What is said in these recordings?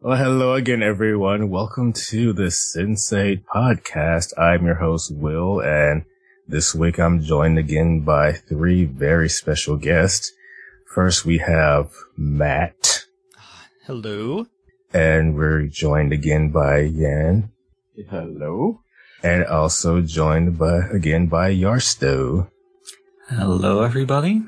Well, hello again, everyone. Welcome to the Sensei podcast. I'm your host, Will, and this week I'm joined again by three very special guests. First, we have Matt, Hello. and we're joined again by Yan, Hello? and also joined by again by Yarsto. Hello, everybody.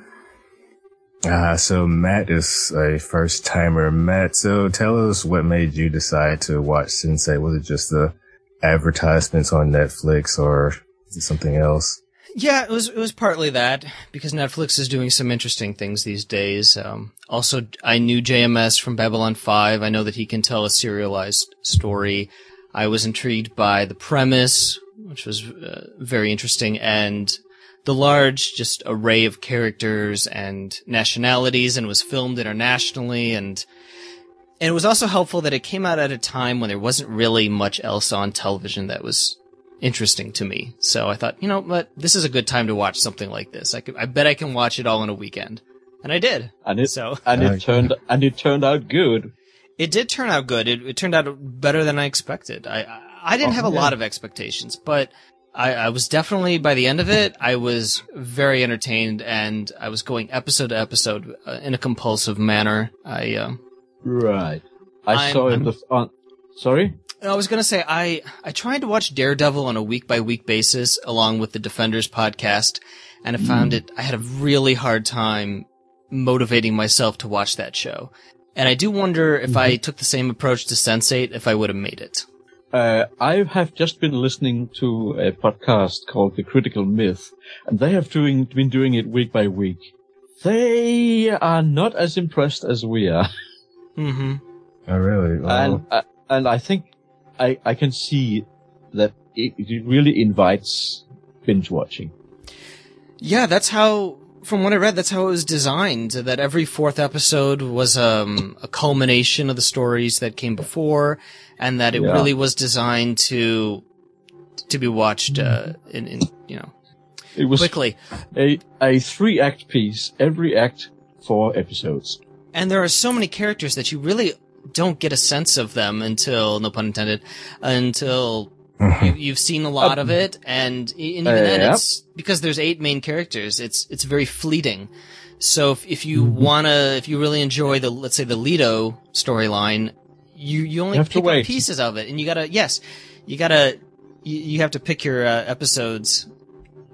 Ah, so Matt is a first timer. Matt, so tell us what made you decide to watch Sensei. Was it just the advertisements on Netflix or is it something else? Yeah, it was it was partly that because Netflix is doing some interesting things these days. Um, also, I knew JMS from Babylon Five. I know that he can tell a serialized story. I was intrigued by the premise, which was uh, very interesting, and the large just array of characters and nationalities, and was filmed internationally and. And it was also helpful that it came out at a time when there wasn't really much else on television that was interesting to me. So I thought, you know what, this is a good time to watch something like this. I, could, I bet I can watch it all in a weekend. And I did. And it So and Okay. it turned and it turned out good. it did turn out good. It, it turned out better than I expected. I, I- I didn't Oh, have a yeah. lot of expectations, but I, I was definitely, by the end of it, I was very entertained and I was going episode to episode uh, in a compulsive manner. I, um, Right. I I'm- saw I'm- it the f- on sorry? I was gonna say I I tried to watch Daredevil on a week by week basis along with the Defenders podcast, and I found it I had a really hard time motivating myself to watch that show. And I do wonder if I took the same approach to Sensate if I would have made it. Uh, I have just been listening to a podcast called The Critical Myth, and they have doing been doing it week by week. They are not as impressed as we are, Mm-hmm. Oh, really? Well, and uh, and I think I I can see that it, it really invites binge watching. Yeah, that's how. From what I read, that's how it was designed. That every fourth episode was um, a culmination of the stories that came before, and that it Yeah. really was designed to to be watched uh, in, in you know It was quickly. a a three act piece, every act four episodes. And there are so many characters that you really don't get a sense of them until, no pun intended, until you, you've seen a lot of it. And, and even then, Uh, Yep. it's because there's eight main characters. It's it's very fleeting. So if, if you Mm-hmm. wanna, if you really enjoy the let's say the Leto storyline, you you only You have to pick up wait. pieces of it, and you gotta yes, you gotta you, you have to pick your uh, episodes.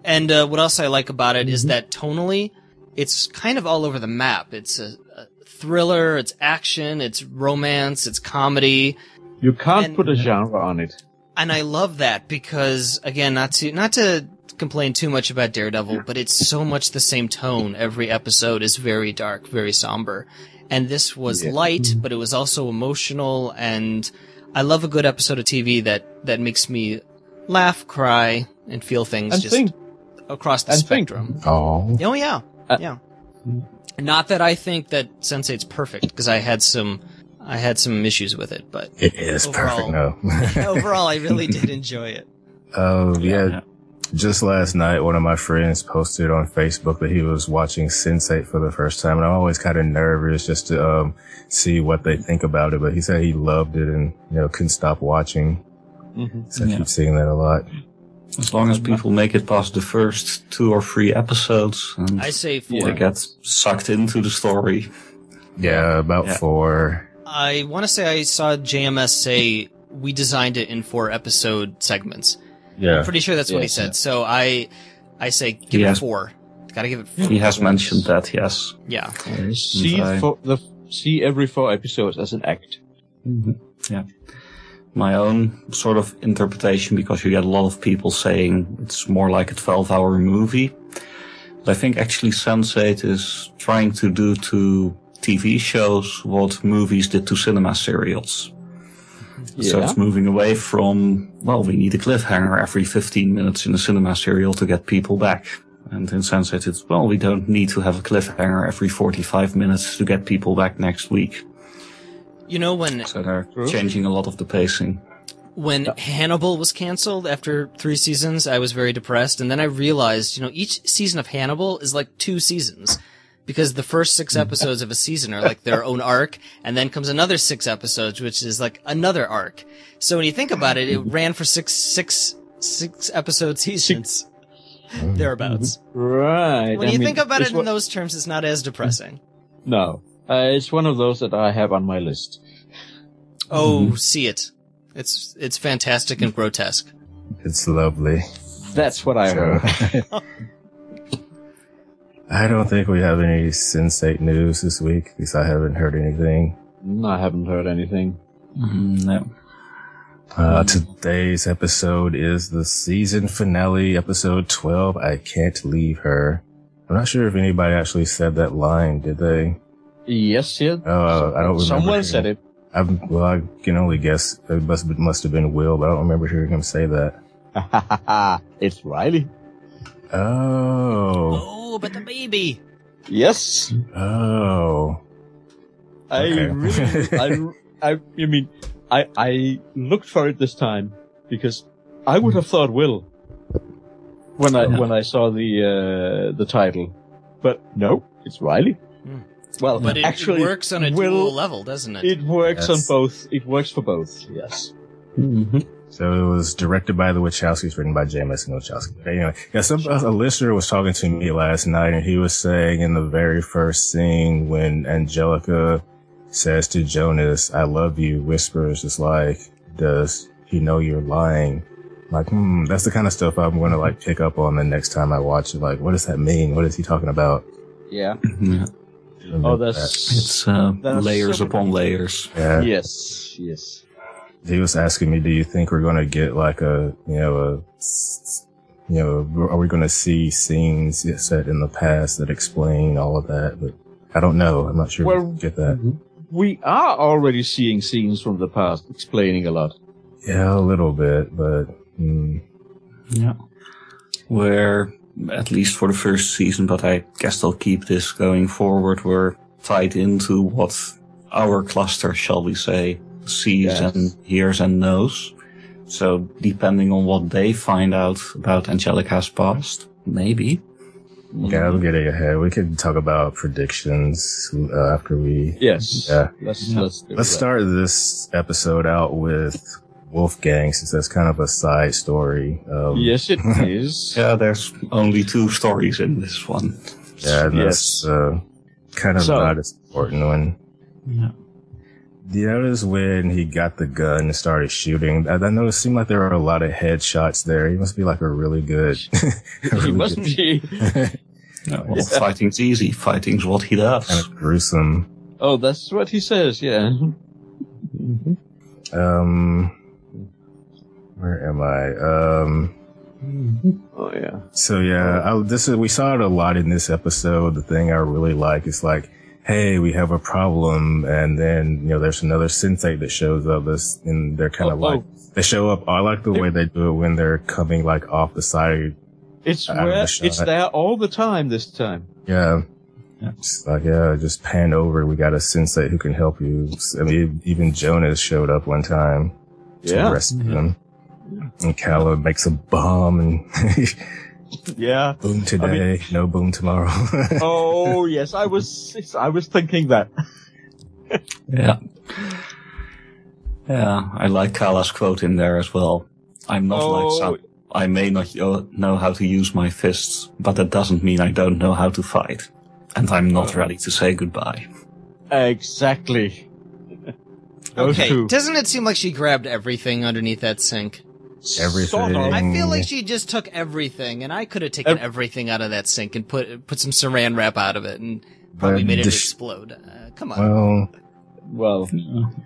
And uh, what else I like about it is Mm-hmm. that tonally, it's kind of all over the map. It's a, a thriller, it's action, it's romance, it's comedy, You can't And- put a genre on it. and I love that because again, not to not to complain too much about Daredevil, but it's so much the same tone. Every episode is very dark, very somber, and this was Yeah. light, but it was also emotional. And I love a good episode of TV that that makes me laugh, cry, and feel things And just think, across the and think. Mm-hmm. spectrum. oh. Oh yeah, Uh, yeah. Not that I think that Senseight's perfect because I had some, I had some issues with it, but It is Overall. perfect, no. overall, I really did enjoy it. Oh, yeah. yeah. Just last night, one of my friends posted on Facebook that he was watching Sensei for the first time, and I'm always kind of nervous just to um, see what they think about it. But he said he loved it and you know couldn't stop watching. Mhm. So I Yeah. keep seeing that a lot. As long as people make it past the first two or three episodes and I say four. they get sucked into the story. Yeah, about Yeah. four. I want to say I saw JMS say we designed it in four episode segments. Yeah. I'm pretty sure that's what he Yes. said. So I, I say give Yes. it four. Gotta give it. Four. He has mentioned that, yes. Yeah. see I- fo- the see every four episodes as an act. Mhm. Yeah. My own sort of interpretation, because you get a lot of people saying it's more like a 12 hour movie. But I think actually Sense8 is trying to do to TV shows what movies did to cinema serials. So Yeah. it's moving away from, well, we need a cliffhanger every 15 minutes in a cinema serial to get people back. And in Sunset, it's, well, we don't need to have a cliffhanger every 45 minutes to get people back next week. You know when So they're True. changing a lot of the pacing. when Hannibal was canceled after three seasons, I was very depressed, and then I realized, you know, each season of Hannibal is like two seasons. because the first Mm. six episodes of a season are like their own arc, and then comes another six episodes, which is like another arc. So when you think about it, it Mm-hmm. ran for six, six, six episode seasons, thereabouts. When Right. Mm-hmm. I you mean, think about it's it one- in those terms, it's not as depressing. no, uh, it's one of those that I have on my list. Mm-hmm. Oh, see it. It's it's fantastic and grotesque. It's lovely. That's what I So- heard. I don't think we have any sensate news this week because I haven't heard anything. Mm, I haven't heard anything. Mm, no. Mm-hmm. Uh, today's episode is the season finale, episode 12. I can't leave her. I'm not sure if anybody actually said that line, did they? Yes, yeah. Uh, I don't remember. Someone said it. I've, well, I can only guess. It must, it must have been Will, but I don't remember hearing him say that. it's Riley. Oh. Oh, but the baby. Yes. Oh. I Okay. really, I, I, I mean, I, I looked for it this time because I would have thought Will when I, Yeah. when I saw the, uh, the title, but no, it's Riley. Hmm. Well, But it, actually, it works on a Will- dual level, doesn't it? It works Yes. on both. It works for both. Yes. Mm-hmm. So it was directed by the Wachowskis, written by James and Wachowski. But anyway, yeah, some a listener was talking to me last night, and he was saying in the very first scene when Angelica says to Jonas, "I love you," whispers, "It's like, does he know you're lying?" Like, hmm, that's the kind of stuff I'm going to like pick up on the next time I watch it. Like, what does that mean? What is he talking about? Yeah. Mm, Yeah. Oh, that's It's uh, That's layers so- upon layers. yeah. yes. Yes. he was asking me, "Do you think we're going to get like a you know a s- you know are we going to see scenes set in the past that explain all of that?" But I don't know. I'm not sure Well- we get that. We are already seeing scenes from the past explaining a lot. Yeah, a little bit, but mm, Yeah. Where, at least for the first season, but I guess they'll keep this going forward, we're tied into what our cluster, shall we say, sees Yes. and hears and knows. So depending on what they find out about Angelica's past, maybe. Mm-hmm. yeah, I'm getting ahead. We could talk about predictions uh, after we. Yes. Yeah. Let's Yeah. let's do Let's that. start this episode out with Wolfgang, since that's kind of a side story. Um, Yes, it is. Yeah, there's only two stories in this one. Yeah, and Yes. that's uh, kind of So- not as important one. Yeah. The others when he got the gun and started shooting. I, I noticed it seemed like there were a lot of headshots there. He must be like a really good. a he really must good- be. Yeah, well, Yeah. fighting's easy. Fighting's what he does. kind of gruesome. Oh, that's what he says. Yeah. Mm-hmm. Um, where am I? Um, Oh yeah. So yeah, I, this is we saw it a lot in this episode. The thing I really like is like, hey, we have a problem, and then you know there's another sensei that shows up. This and they're kind Oh, of like they show up. I like the way they do it when they're coming like off the side. It's Out of where the shot. it's there all the time this time. Yeah. Yeah. It's like yeah, just pan over. We got a sensei who can help you. I mean, e-, even Jonas showed up one time to Yeah. rescue him. And Calla makes a bomb and Yeah. boom today, no boom tomorrow. Oh yes, I was I was thinking that. Yeah. Yeah, I like Kala's quote in there as well. I'm not like Oh some. I may not yo- know how to use my fists, but that doesn't mean I don't know how to fight. And I'm Uh-huh. not ready to say goodbye. exactly. Oh, Those okay. two. Doesn't it seem like she grabbed everything underneath that sink? Everything. Sort of. I feel Mm. like she just took everything, and I could have taken Ev- everything out of that sink and put put some saran wrap out of it and probably But made it the sh- explode. Uh, come on. well, Well,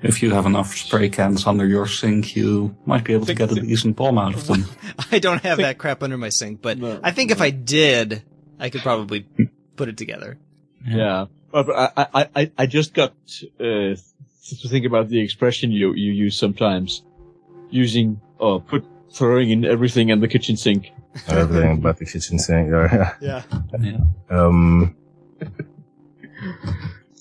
If you have enough spray cans under your sink, you might be able to get a decent bomb out of them. I don't have that crap under my sink, but No, I think if no. I did, I could probably put it together. yeah. But I, I, I, I just got uh, to think about the expression you, you use sometimes, using or put throwing in everything in the kitchen sink. everything but the kitchen sink. or- Yeah. um.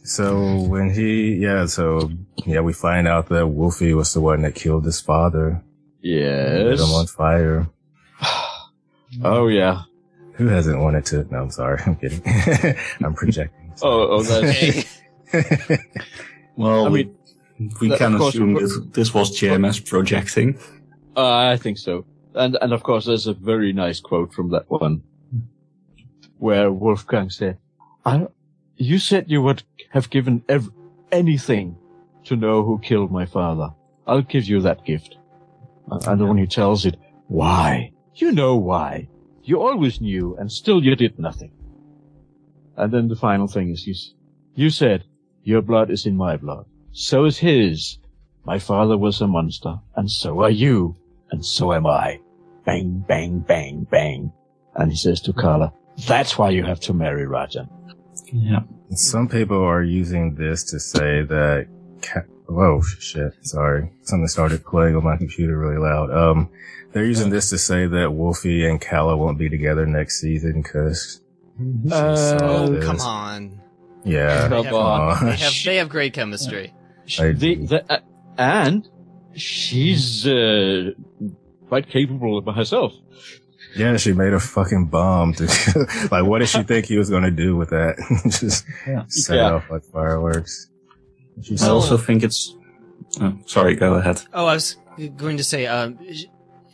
So when he, yeah, so yeah, we find out that Wolfie was the one that killed his father, Yes. lit him on fire. Oh yeah. Who hasn't wanted to? No, I'm sorry, I'm kidding. I'm projecting. Oh, oh, that's Okay. Well, I we, we that- can of course, assume of this, this was JMS projecting. Uh, I think so. And and of course, there's a very nice quote from that one, where Wolfgang said, "I, you said you would have given ev- anything to know who killed my father. I'll give you that gift." And- And when he tells it, why? You know why? You always knew, and still you did nothing. And then the final thing is, you, s- you said, "Your blood is in my blood. So is his." My father was a monster, and so are you, and so am I. Bang, bang, bang, bang. And he says to Carla, that's why you have to marry Rajan. Yeah. Some people are using this to say that. Ca- Whoa, shit! Sorry, something started playing on my computer really loud. Um, they're using this to say that Wolfie and Calla won't be together next season because. oh, come on. Yeah, Come They come on. on. They have, they have great chemistry. I The, do. the, uh, and she's uh, quite capable of herself. Yeah, she made a fucking bomb. To, like, what did she think he was gonna do with that? Just Yeah. set it Yeah. off like fireworks. She's I So- also think it's. Oh, sorry, go ahead. Oh, I was going to say, um, sh-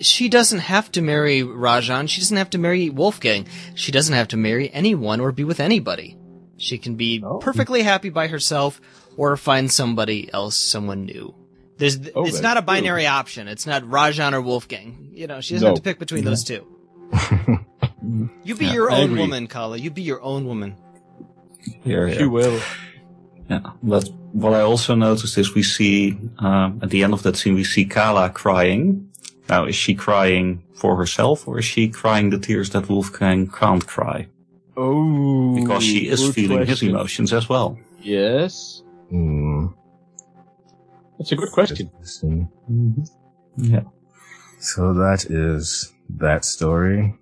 she doesn't have to marry Rajan. She doesn't have to marry Wolfgang. She doesn't have to marry anyone or be with anybody. She can be Oh. perfectly happy by herself or find somebody else, someone new. There's, th- Oh, it's that's not a true. binary option. It's not Rajan or Wolfgang. You know, she doesn't No. have to pick between those two. You be Yeah, your Mm-hmm. I own agree. woman, Kala. You be your own woman. Here, She will. Yeah, but what I also noticed is we see um, at the end of that scene we see Kala crying. Now, is she crying for herself, or is she crying the tears that Wolfgang can't cry Oh. because she is good feeling his question. emotions as well? Yes. Hmm. That's a good question. Interesting. Mm-hmm. Yeah, So that is that story.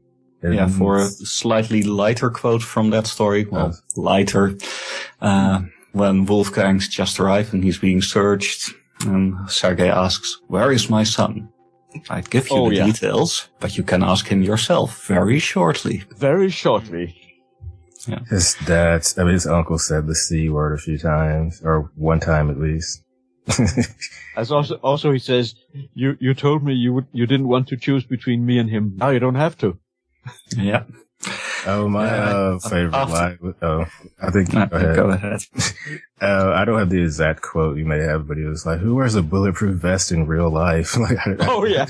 yeah. And- For a Um, slightly lighter quote from that story, well, Yes. lighter. Uh, when Wolfgang's just arrived and he's being searched, and Sergei asks, "Where is my son?" I'd give you Oh, the yeah. details, but you can ask him yourself very shortly. Very shortly. his dad, I mean, his uncle said the c word a few times, or one time at least. As also, also he says, you, you told me you would, you didn't want to choose between me and him. Now you don't have to. Yeah. oh, my Yeah, I- uh, favorite after- line. Oh, I think. No, go ahead. Go ahead. Uh, I don't have the exact quote you may have, but he was like, "Who wears a bulletproof vest in real life?" like, I, Oh, yeah.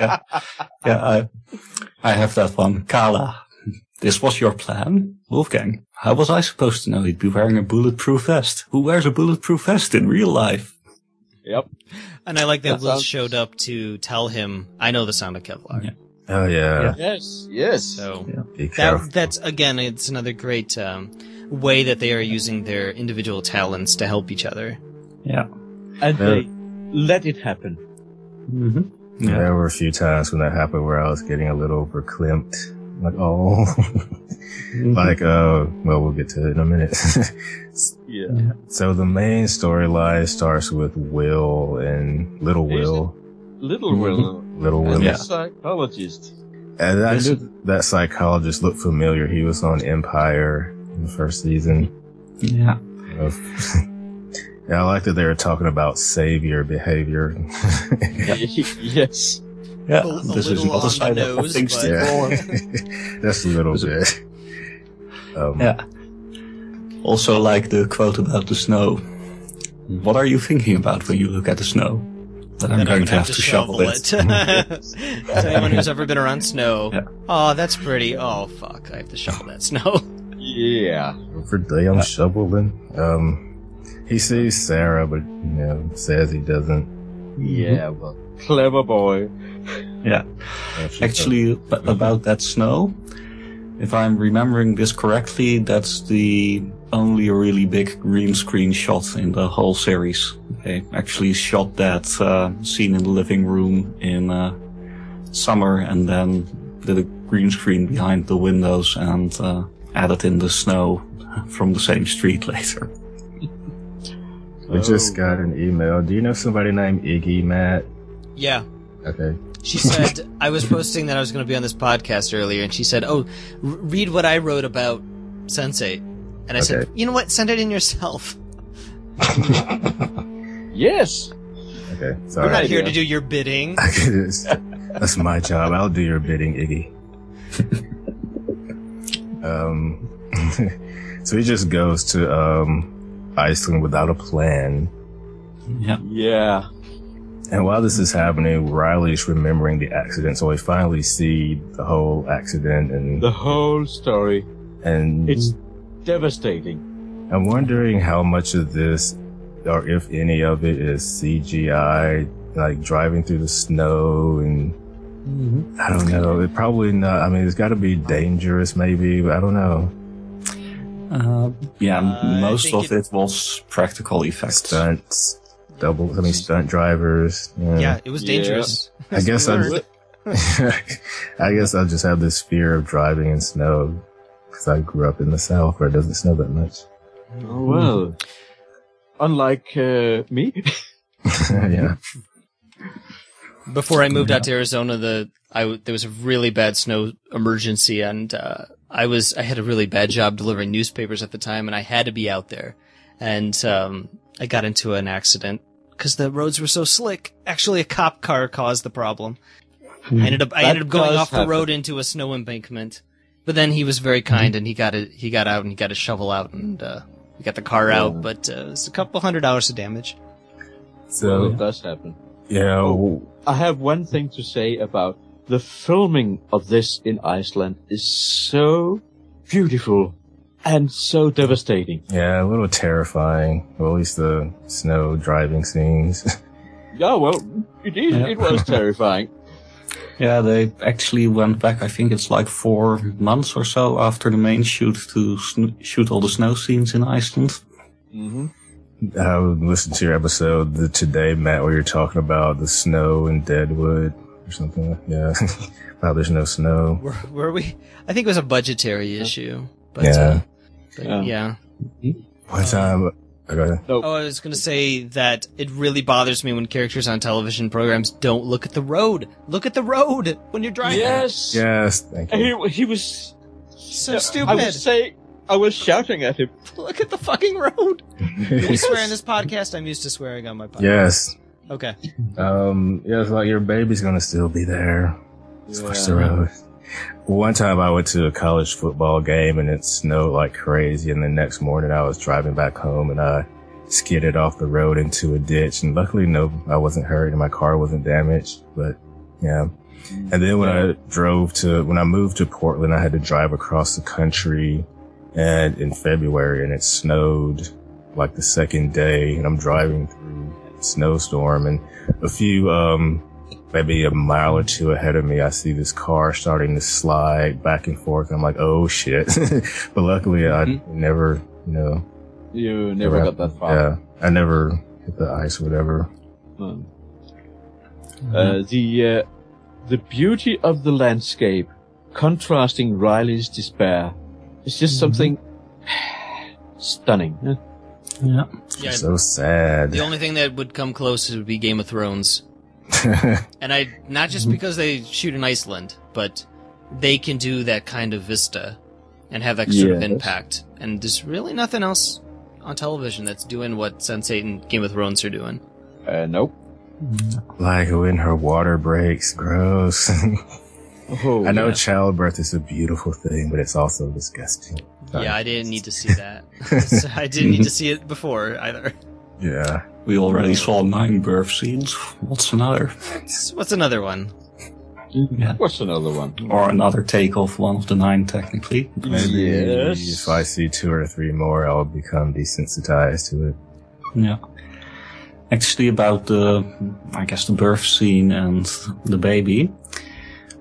Yeah, I, I have that one. Kala, this was your plan? Wolfgang, how was I supposed to know he'd be wearing a bulletproof vest? Who wears a bulletproof vest in real life? Yep. And I like that, That Will sounds- showed up to tell him, I know the sound of Kevlar. Yeah. oh yeah. Yes. Yes. So. Be careful. That, that's again, it's another great um, way that they are using their individual talents to help each other. Yeah. and Yeah. they let it happen. Mm-hmm. Yeah. There were a few times when that happened where I was getting a little verklempt. Like, oh, like, uh, well, we'll get to it in a minute. Yeah. so the main storyline starts with Will and Little Is it? Will, Little Will, Little as Will. Yeah. a psychologist. And I This- knew that psychologist looked familiar. He was on Empire in the first season. Yeah. Of yeah, I like that they were talking about savior behavior. yes. Yeah. A- a this is little another on side the of nose, things but- to yeah, follow. that's a little Was bit. Um, Yeah. Also, like the quote about the snow. What are you thinking about when you look at the snow? That I'm going Then gonna to have to shovel it. As anyone who's ever been around snow, Yeah. oh, that's pretty. Oh, fuck, I have to shovel that snow. Yeah. for damn Uh, shoveling. Um, he sees Sarah, but you know, says he doesn't. Yeah. Well, clever boy. Uh, Actually, ab- about that snow, if I'm remembering this correctly, that's the only really big green screen shot in the whole series. They actually shot that uh, scene in the living room in uh, summer and then did a green screen behind the windows and uh, added in the snow from the same street later. we just Oh. got an email. Do you know somebody named Iggy Matt? yeah. Okay. She said, I was posting that I was going to be on this podcast earlier, and she said, Oh, r- read what I wrote about Sensei. And I said, you know what? Send it in yourself. Yes. Okay, sorry. We're not Alright, here yeah. to do your bidding. That's that's my job. I'll do your bidding, Iggy. um, so he just goes to um, Iceland without a plan. Yeah. Yeah. And while this is happening, Riley's remembering the accident, so we finally see the whole accident. And The whole story. Mm-hmm. and It's devastating. I'm wondering how much of this, or if any of it, is CGI, like driving through the snow and I don't know. It probably not. I mean, it's got to be dangerous, maybe. But I don't know. Uh, yeah, m- Uh, I most think of it, was practical effects. Stunts, double. I mean, stunt drivers. Yeah, it was Yeah. dangerous. I guess We I, learned. I guess I just have this fear of driving in snow because I grew up in the south where it doesn't snow that much. Oh, well. Unlike uh, me. yeah. Before I moved out to Arizona, the I w- there was a really bad snow emergency, and uh, I was I had a really bad job delivering newspapers at the time, and I had to be out there, and um, I got into an accident because the roads were so slick. Actually, a cop car caused the problem. I ended up I Hmm. That ended up going does off the happen. Hmm. road into a snow embankment, but then he was very kind, and he got it he got out and he got a shovel out and. Uh, we got the car out, but uh, it was a couple hundred dollars of damage. Well, it So does happen. yeah, w- I have one thing to say about the filming of this in Iceland is so beautiful and so devastating. yeah, a little terrifying. Well, at least the snow driving scenes. Yeah, well, it is. Yeah. It was terrifying. Yeah, they actually went back. I think it's like four months or so after the main shoot to sn- shoot all the snow scenes in Iceland. hmm Mm-hmm. I listened to your episode the, today, Matt, where you're talking about the snow in Deadwood or something. Yeah. Wow, there's no snow. Were, were we? I think it was a budgetary issue. But, Yeah. Uh, but Yeah. yeah. One time, I got Oh, I was going to say that it really bothers me when characters on television programs don't look at the road. Look at the road when you're driving. Yes. yes, thank you. He, he was So Yeah, I stupid. was saying, I was shouting at him. Look at the fucking road. We swear in this podcast. I'm used to swearing on my podcast. yes. Okay. Um, yeah, it's like your baby's gonna still be there. Just watch the road. One time I went to a college football game and it snowed like crazy. And the next morning I was driving back home and I skidded off the road into a ditch. And luckily, no, I wasn't hurt and my car wasn't damaged. But yeah. And then when I drove to, when I moved to Portland, I had to drive across the country and in February and it snowed like the second day and I'm driving through a snowstorm and a few, um, maybe a mile or two ahead of me, I see this car starting to slide back and forth. I'm like, oh shit. but luckily I never, you know, You Mm-hmm. never got that far. yeah, I never hit the ice or whatever. Um, uh, the uh, the beauty of the landscape, contrasting Riley's despair, is just something stunning. huh? Mm-hmm. Yeah. Yeah. so sad. The only thing that would come close would be Game of Thrones. And I, not just Mm-hmm. because they shoot in Iceland, but they can do that kind of vista and have that sort of Yes. impact. And there's really nothing else on television that's doing what Sense8 and Game of Thrones are doing. Uh, nope. like when her water breaks, gross. Oh, I know childbirth is a beautiful thing, but it's also disgusting. Yeah, I didn't need to see that. So I didn't Mm-hmm. need to see it before either. Yeah. We already saw nine birth scenes. What's another? So What's another one? Yeah. What's another one? Or another take of one of the nine, technically. Maybe Yes. if I see two or three more, I'll become desensitized to it. Yeah. Actually, about the, I guess, the birth scene and the baby.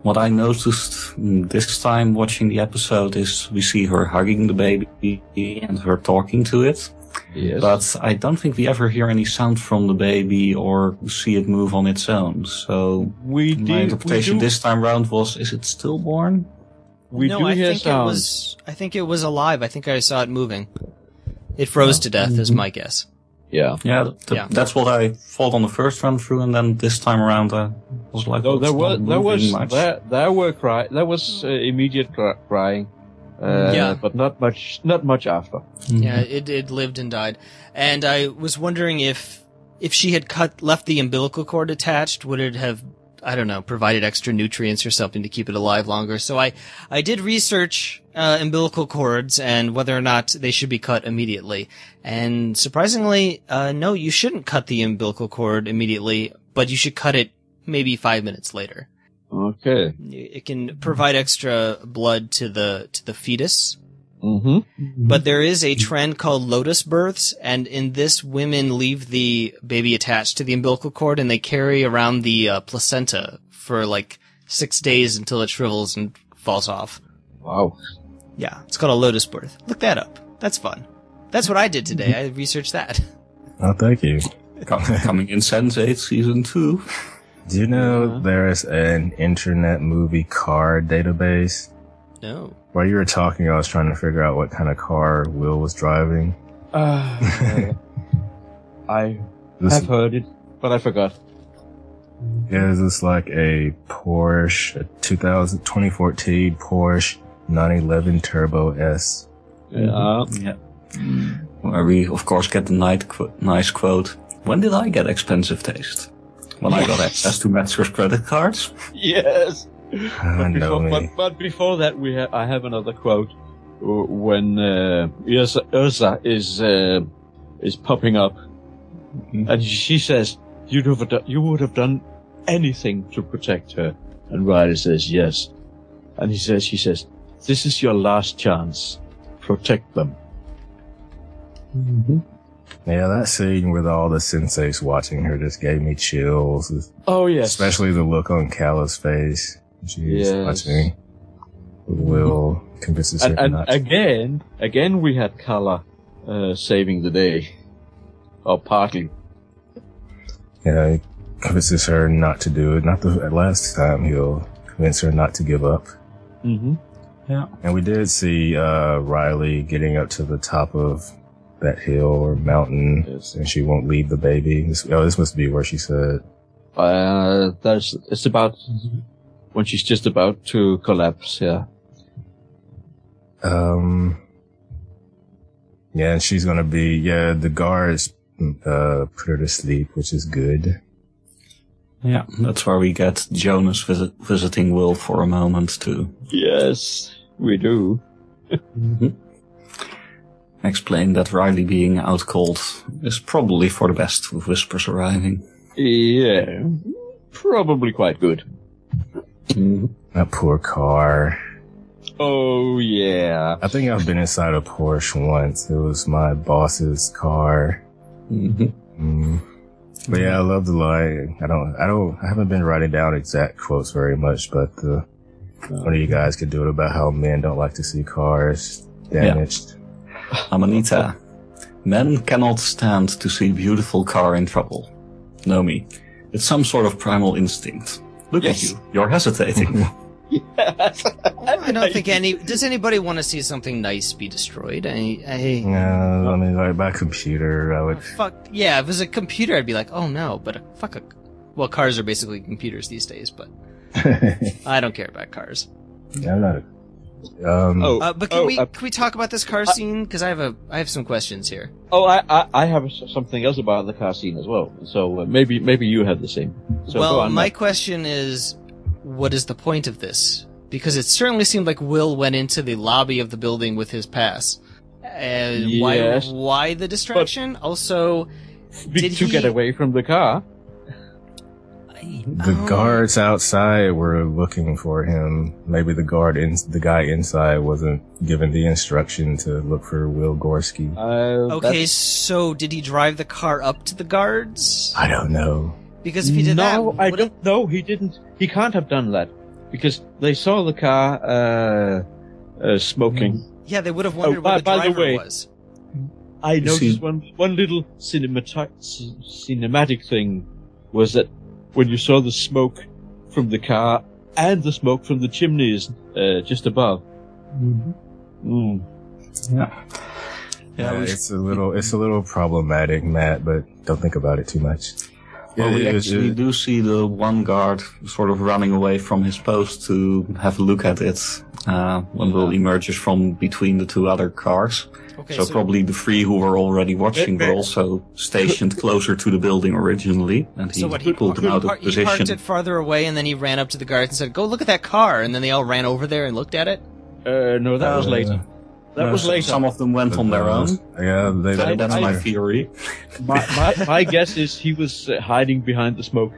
What I noticed mm, this time watching the episode is we see her hugging the baby and her talking to it. Yes. But I don't think we ever hear any sound from the baby or see it move on its own. So we do. my interpretation we do, this time round was: is it stillborn? we no, do I hear think sounds. it was. I think it was alive. I think I saw it moving. It froze to death, Mm-hmm. is my guess. Yeah. Yeah, th- th- Yeah. that's what I thought on the first run through, and then this time around I was like, No, "Oh, there it's was not there moving was much." there, there were cry there was uh, immediate cry, crying. Uh, Yeah. But not much, not much after. Mm-hmm. Yeah, it, it lived and died. And I was wondering if if she had cut left the umbilical cord attached, would it have I don't know provided extra nutrients or something to keep it alive longer? So I I did research uh, umbilical cords and whether or not they should be cut immediately. And surprisingly, uh, no, you shouldn't cut the umbilical cord immediately, but you should cut it maybe five minutes later. Okay. It can provide extra blood to the to the fetus Mm-hmm. but there is a trend called lotus births, and in this, women leave the baby attached to the umbilical cord, and they carry around the uh, placenta for like six days until it shrivels and falls off. Wow. Yeah, it's called a lotus birth. Look that up. That's fun. That's what I did today. I researched that. Oh, thank you. Com- Coming in Sense8 season two. Do you know Yeah. there is an internet movie card database? No. While you were talking, I was trying to figure out what kind of car Will was driving. Uh, I This, have heard it, but I forgot. is this like a Porsche, a 2000, 2014 Porsche 911 Turbo S? Yeah. Yeah. Where we, of course, get the night qu- nice quote. When did I get expensive taste? When I got access to Metzger's credit cards. Yes. I but, know before, me. but, but before that, we ha- I have another quote uh, when uh, Ursa, Ursa is uh, is popping up, and she says, "You'd have do- you would have done anything to protect her." And Riley says, "Yes," and he says, "She says, this is your last chance. Protect them." Yeah, that scene with all the senseis watching her just gave me chills, Oh yes, especially the look on Call's face. She's Yes. watching Will convinces her and, and not to again, again we had Carla uh, saving the day, or partly. Yeah, he convinces her not to do it. Not the last time he'll convince her not to give up. Mm-hmm. And we did see uh, Riley getting up to the top of that hill or mountain, Yes. and she won't leave the baby. This, oh, this must be where she said, Uh, that's it's about when she's just about to collapse. Yeah. um, "Yeah, and she's gonna be yeah." The guards uh, put her to sleep, which is good. Yeah, that's where we get Jonas visit- visiting Will for a moment too. Yes, we do. Mm-hmm. hmm, Explain that Riley being out cold is probably for the best with whispers arriving. Yeah, probably quite good. Mm-hmm. That poor car. Oh yeah. I think I've been inside a Porsche once. It was my boss's car. Mm-hmm. Mm. But yeah, I love the line. I don't, I don't, I haven't been writing down exact quotes very much, but the, one of you guys could do it about how men don't like to see cars damaged. Amanita. Men cannot stand to see beautiful car in trouble. No me. It's some sort of primal instinct. Look Yes. at you. You're hesitating. I don't think any. Does anybody want to see something nice be destroyed? I, I No, I mean, like by computer, I would, fuck. Yeah, if it was a computer, I'd be like, oh no. But a, fuck a. Well, cars are basically computers these days, but I don't care about cars. I'm not, a- um, Oh, Uh, but can oh, we uh, can we talk about this car scene? Because I have a I have some questions here. oh, I, I, I have s- something else about the car scene as well. So uh, maybe, maybe you have the same. So well, go on, uh, my Matt. question is, what is the point of this? Because it certainly seemed like Will went into the lobby of the building with his pass. And Yes. why why the distraction? also, Be- did to get he- away from the car. the oh. guards outside were looking for him. Maybe the guard in, the guy inside wasn't given the instruction to look for Will Gorski. Uh, Okay, that's- so did he drive the car up to the guards? I don't know. Because if he did that, no, I wouldn't- don't. No, he didn't. He can't have done that because they saw the car uh, uh, smoking. yeah, they would have wondered Oh, by- what the by the driver way, was. I see- noticed one one little cinematic cinematic thing was that when you saw the smoke from the car and the smoke from the chimneys uh, just above. Mm. Mm-hmm. yeah. Yeah, Yeah, we- it's a little, it's a little problematic, Matt, but don't think about it too much. Well, we It is- actually it- do see the one guard sort of running away from his post to have a look at it uh, when Will emerges from between the two other cars. Okay, so, probably the three who were already watching But- were but- also stationed closer to the building originally, and he so what he, pulled them he out par- of he parked position. it farther away, and then he ran up to the guards and said, "Go look at that car." And then they all ran over there and looked at it. Uh, no, that was Uh, later. That No, was so- later. Some of them went on their own. Yeah, they, That- that's I- my theory. my, my, my guess is he was uh, hiding behind the smoke.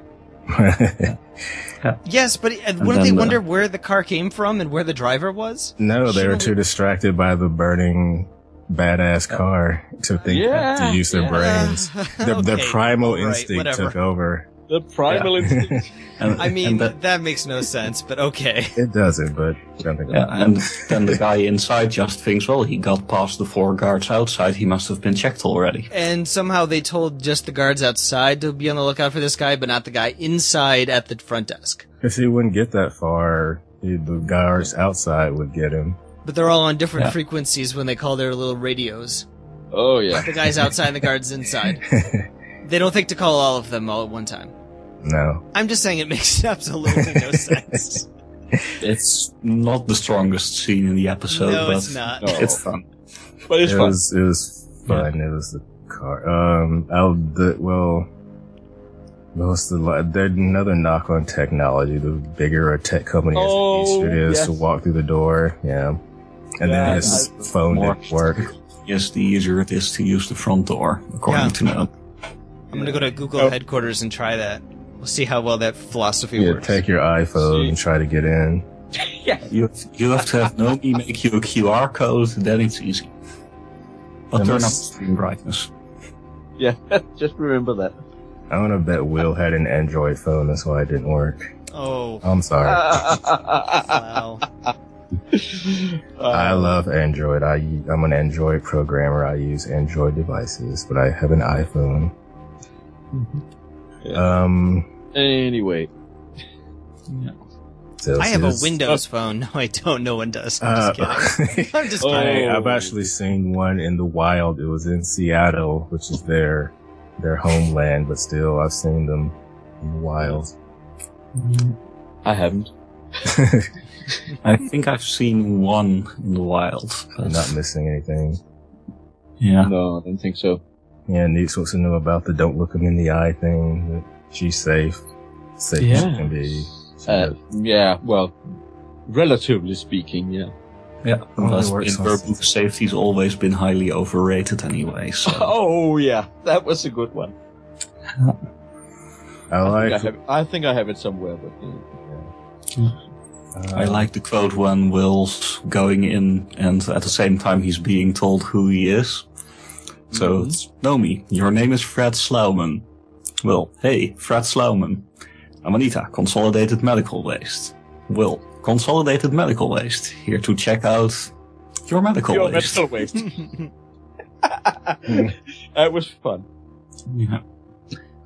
Yes, but uh, wouldn't then they the- wonder where the car came from and where the driver was? no, they were Surely- too distracted by the burning badass car to think Yeah, to use their yeah. brains. Their, their Okay, primal right, instinct whatever. took over. The primal instinct. And, I mean, and that, that- makes no sense, but okay. It doesn't, but I don't think yeah, and then the guy inside just thinks, well, he got past the four guards outside. He must have been checked already. And somehow they told just the guards outside to be on the lookout for this guy, but not the guy inside at the front desk. Because he wouldn't get that far. He, the guards outside would get him. But they're all on different Yeah. frequencies when they call their little radios. Oh yeah. The guys outside and the guards inside. They don't think to call all of them all at one time. no. I'm just saying it makes absolutely no sense. It's not the strongest scene in the episode, no, but it's not. No. it's fun. But it's it fun. was it was fun. It was the car. Um, I'll, the, well, most of the li- there's another knock on technology. The bigger a tech company is, Oh, the easier it is to yes. walk through the door. Yeah, and Yeah, then his I- phone more- didn't work. Yes, the easier it is to use the front door, according Yeah. to Note. I'm gonna go to Google Oh. headquarters and try that. We'll see how well that philosophy Yeah, works. take your iPhone See. and try to get in. You, you have to have Nomi make you a QR code, then it's easy. But Then turn up let's- screen brightness. Yeah. Just remember that. I want to bet Will had an Android phone. That's why it didn't work. Oh, I'm sorry. Uh, wow. I love Android. I, am an Android programmer. I use Android devices, but I have an iPhone. Um, Anyway, so I have a it's- Windows phone. No, I don't. No one does. I'm just kidding. Uh, I'm just Oh. kidding. I, I've actually seen one in the wild. It was in Seattle, which is their their homeland, but still, I've seen them in the wild. I haven't. I think I've seen one in the wild. I'm not missing anything. Yeah. No, I don't think so. Yeah, Nix wants to know about the "don't look 'em in the eye" thing. That she's safe, safe as she can be. She Uh, yeah. Well, relatively speaking, yeah. Yeah. Only Plus, works in on- Verboom, safety's always been highly overrated anyway, so. Oh yeah, that was a good one. I I, like. think I, have, I think I have it somewhere, but uh, uh, I like the quote when Will's going in and at the same time he's being told who he is. So Mhm. it's Nomi, your name is Fred Slauman. Will, hey, Fred Slauman. Amanita, Consolidated Medical Waste. Will, Consolidated Medical Waste, here to check out your medical pure waste. mental waste. that was fun. Yeah.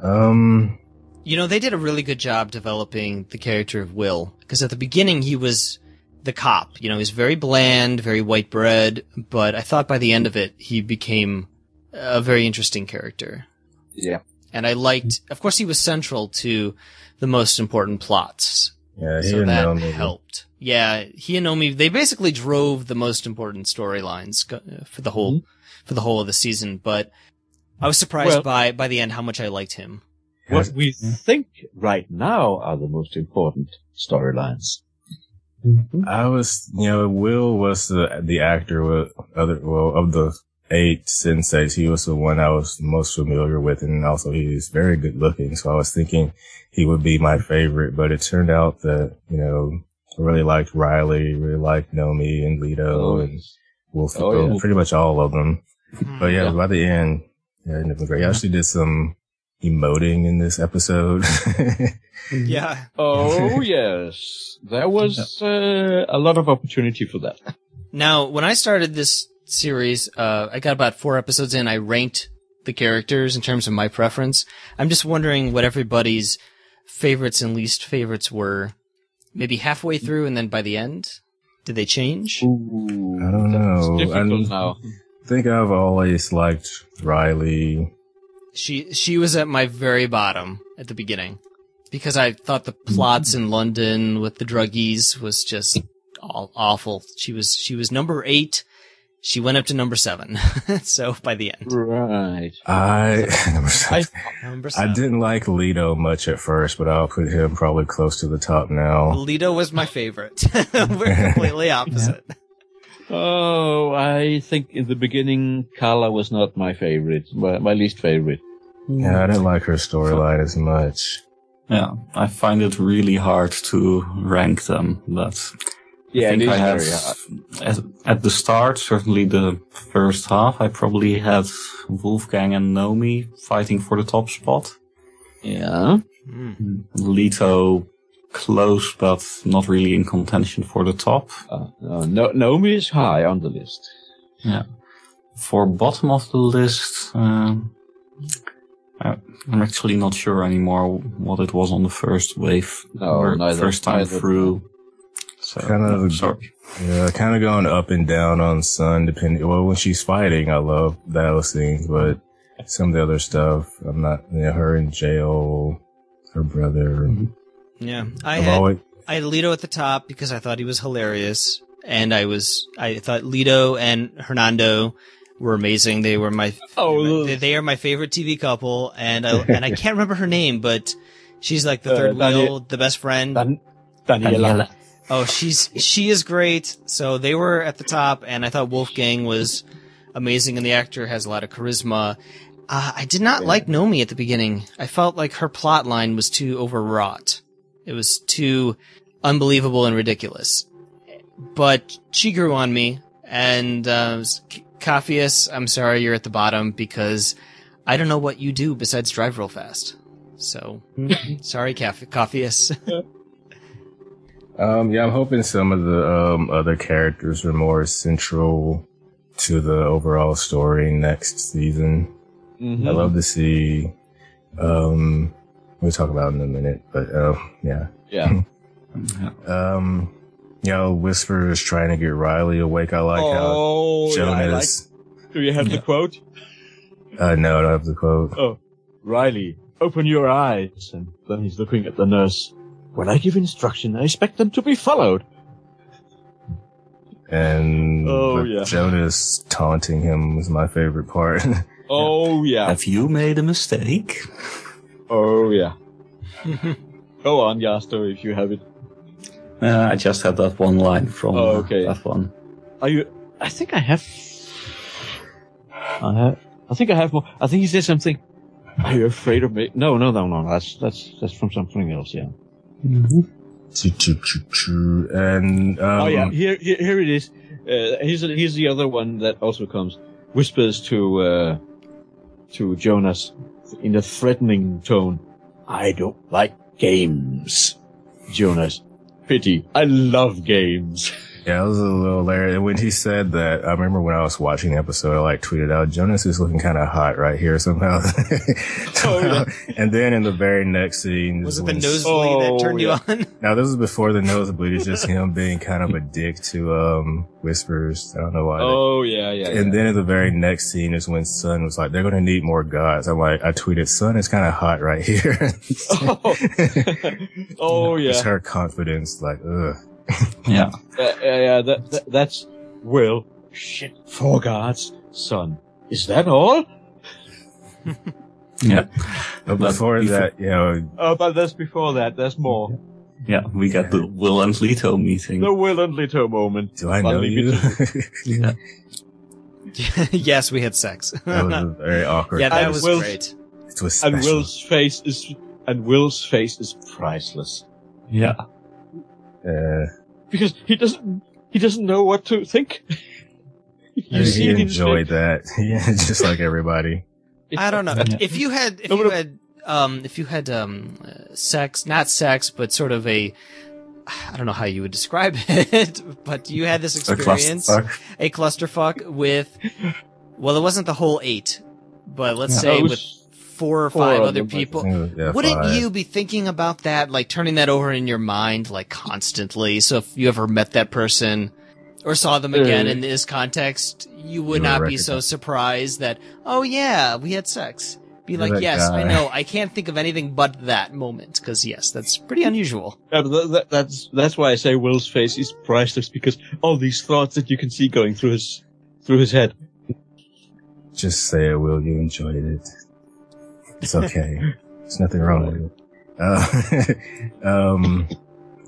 Um, You know, they did a really good job developing the character of Will. Because at the beginning, he was the cop. You know, he's very bland, very white bread. But I thought by the end of it, he became a very interesting character. Yeah. And I liked, of course, he was central to the most important plots. yeah, he so and that Naomi. helped. Yeah, he and Omi they basically drove the most important storylines go- uh, for the whole Mm-hmm. for the whole of the season. But I was surprised Well- by by the end how much I liked him. What we think right now are the most important storylines. I was, you know, Will was the the actor with other well of the eight senseis. He was the one I was most familiar with, and also he was very good looking. So I was thinking he would be my favorite, but it turned out that you know I really liked Riley, really liked Nomi and Leto and Wolf, Oh, well, yeah. pretty much all of them. Hmm. But Oh, yeah, Yeah. by the end, yeah, it ended up being great. I actually did some emoting in this episode. yeah. Oh yes, there was uh, a lot of opportunity for that. Now, when I started this series, uh, I got about four episodes in. I ranked the characters in terms of my preference. I'm just wondering what everybody's favorites and least favorites were. Maybe halfway through, and then by the end, did they change? Ooh, I don't know. It's difficult I'm- now. I think I've always liked Riley. She she was at my very bottom at the beginning because I thought the plots in London with the druggies was just all awful. She was she was number eight. She went up to number seven. so by the end, Right. I, number seven. number seven. I didn't like Leto much at first, but I'll put him probably close to the top now. Lido was my favorite. We're completely opposite. Oh, I think in the beginning, Carla was not my favorite, my, my least favorite. Yeah, I didn't like her storyline as much. Yeah, I find it really hard to rank them, but I think I had at, at the start, certainly the first half, I probably had Wolfgang and Nomi fighting for the top spot. Yeah. Hmm. Leto close, but not really in contention for the top. Uh, no, no, Naomi is high on the list. For bottom of the list, um, I- I'm actually not sure anymore what it was on the first wave No, or neither- first time neither. through. So, Kind of- I'm sorry. Yeah, kind of going up and down on Sun, depending. Well, when she's fighting, I love those things, but some of the other stuff, I'm not. You know, her in jail, her brother. Yeah, I I've had always- I had Lito at the top because I thought he was hilarious, and I was I thought Lito and Hernando were amazing. They were my Oh, they, they are my favorite TV couple, and I and I can't remember her name, but she's like the Uh, third Dani- wheel, the best friend. Dan- Daniela. Oh, she's she is great. So they were at the top, and I thought Wolfgang was amazing, and the actor has a lot of charisma. Uh, I did not like Nomi at the beginning. I felt like her plot line was too overwrought. It was too unbelievable and ridiculous. But she grew on me, and uh, Cafius, I'm sorry you're at the bottom because I don't know what you do besides drive real fast. So sorry, Caf- Cafius. Um, yeah, I'm hoping some of the um, other characters are more central to the overall story next season. Mhm. I love to see. Um, we'll talk about it in a minute, but uh, yeah, Yeah. Yeah. um, you know, Whisper is trying to get Riley awake. I like oh, how yeah, I Jonas. like- Do you have the quote? uh, no, I don't have the quote. Oh, Riley, open your eyes. And then he's looking at the nurse. When I give instruction, I expect them to be followed. And Oh, but yeah. Jonas taunting him was my favorite part. Oh, yeah. Have you made a mistake? Oh, yeah. Go on, Yasto, if you have it. Uh, I just had that one line from Oh, uh, okay. that one. Are you? I think I have. I have. I think I have more. I think he said something. Are you afraid of me? No, no, no, no. That's that's that's from something else. Yeah. Mm-hmm. Choo, choo, choo, choo. and um, oh yeah. Here, here, here it is. Uh, here's here's the other one that also comes. Whispers to uh, to Jonas in a threatening tone. I don't like games, Jonas. Pity. I love games. Yeah, it was a little hilarious. And When he said that, I remember when I was watching the episode, I like tweeted out, Jonas is looking kind of hot right here somehow. Somehow. And then in the very next scene, Was is it the when- nosebleed Oh, that turned yeah. you on? Now this is before the nosebleed. It's just him being kind of a dick to um whispers. I don't know why. Oh yeah, yeah. And then in the very next scene is when Sun was like, "They're going to need more gods." I'm like, I tweeted, "Sun is kind of hot right here." oh. oh It's yeah. her confidence, like, ugh. Yeah. Uh, yeah, yeah, that, that, that's well, shit. Four guards, son. Is that all? Yeah. But before before- that, you know, Oh, but that's before that. There's more. Yeah, we got the Will and Leto meeting. The Will and Leto moment. do I know Finally you? Yeah. yes, we had sex. that was a very awkward. yeah, that moment. And was Will's- great. It was And special. Will's face is, and Will's face is priceless. Yeah. Uh, Because he doesn't, he doesn't know what to think. he, he it in his enjoyed face. that. Yeah, just like everybody. I don't know if you had if No, you but- had um if you had um uh, sex, not sex, but sort of a I don't know how you would describe it, but you had this A experience, a, clusterfuck. clusterfuck with well, it wasn't the whole eight, but let's Yeah. say Those- with four or Oh, four five of other them, I people. Yeah, Wouldn't five. you be thinking about that, like turning that over in your mind, like constantly? So if you ever met that person or saw them Yeah. again in this context, you would Mm. would not be so recognize- surprised that, oh yeah, we had sex. be You're like, that yes, I guy." know, I can't think of anything but that moment, because yes, that's pretty unusual. Yeah, but that, that, that's that's why I say Will's face is priceless because all these thoughts that you can see going through his through his head. Just say it, Will. You enjoyed it. It's okay. There's nothing wrong with it. Uh, um,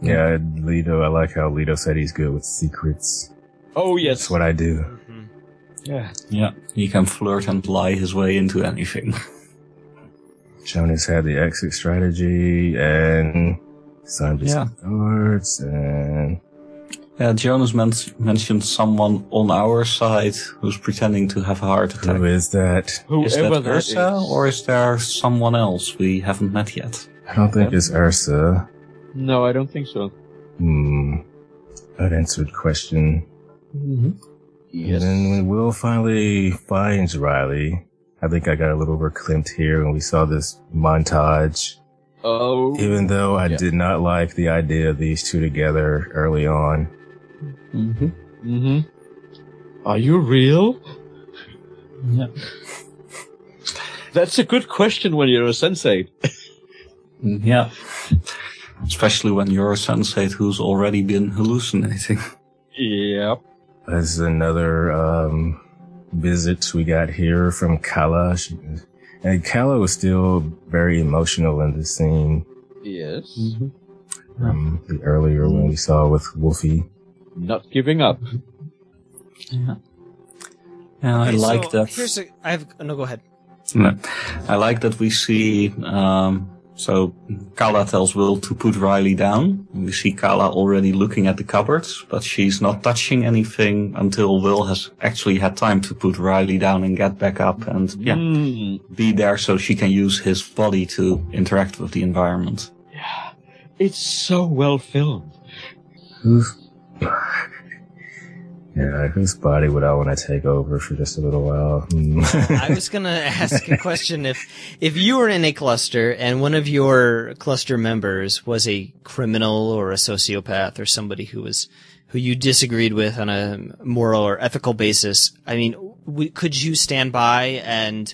yeah, Lido. I like how Lido said he's good with secrets. Oh yes, That's what I do. Mm-hmm. yeah. Yeah, he can flirt and lie his way into anything. Jonas had the exit strategy and signed his Yeah. cards and Yeah, Jonas men- mentioned someone on our side who's pretending to have a heart who attack. is that? Whoever Is that that Ursa, is. or is there someone else we haven't met yet? I don't think it's Ursa. no, I don't think so. Hmm. Unanswered question. Mm-hmm. And then when Will finally finds Riley, I think I got a little overclimped here when we saw this montage. Oh, Even though I Yeah. did not like the idea of these two together early on. Mm-hmm. hmm Are you real? Yeah. That's a good question when you're a sensei. Mm-hmm. Yeah. Especially when you're a sensate who's already been hallucinating. Yep. This is another um, visit we got here from Kala. She- And Kala was still very emotional in this scene Yes. Mm-hmm. from the earlier one we saw with Wolfie. Not giving up. Yeah. Yeah, I Okay, so like that. Here's a, I have, no, go ahead. No. I like that we see. Um, so Kala tells Will to put Riley down. We see Kala already looking at the cupboards, but she's not touching anything until Will has actually had time to put Riley down and get back up and yeah, Hmm. be there so she can use his body to interact with the environment. Yeah. It's so well filmed. Who's. Yeah, whose body would I want to take over for just a little while? Hmm. I was gonna ask a question if, if you were in a cluster and one of your cluster members was a criminal or a sociopath or somebody who was, who you disagreed with on a moral or ethical basis, I mean, w- could you stand by and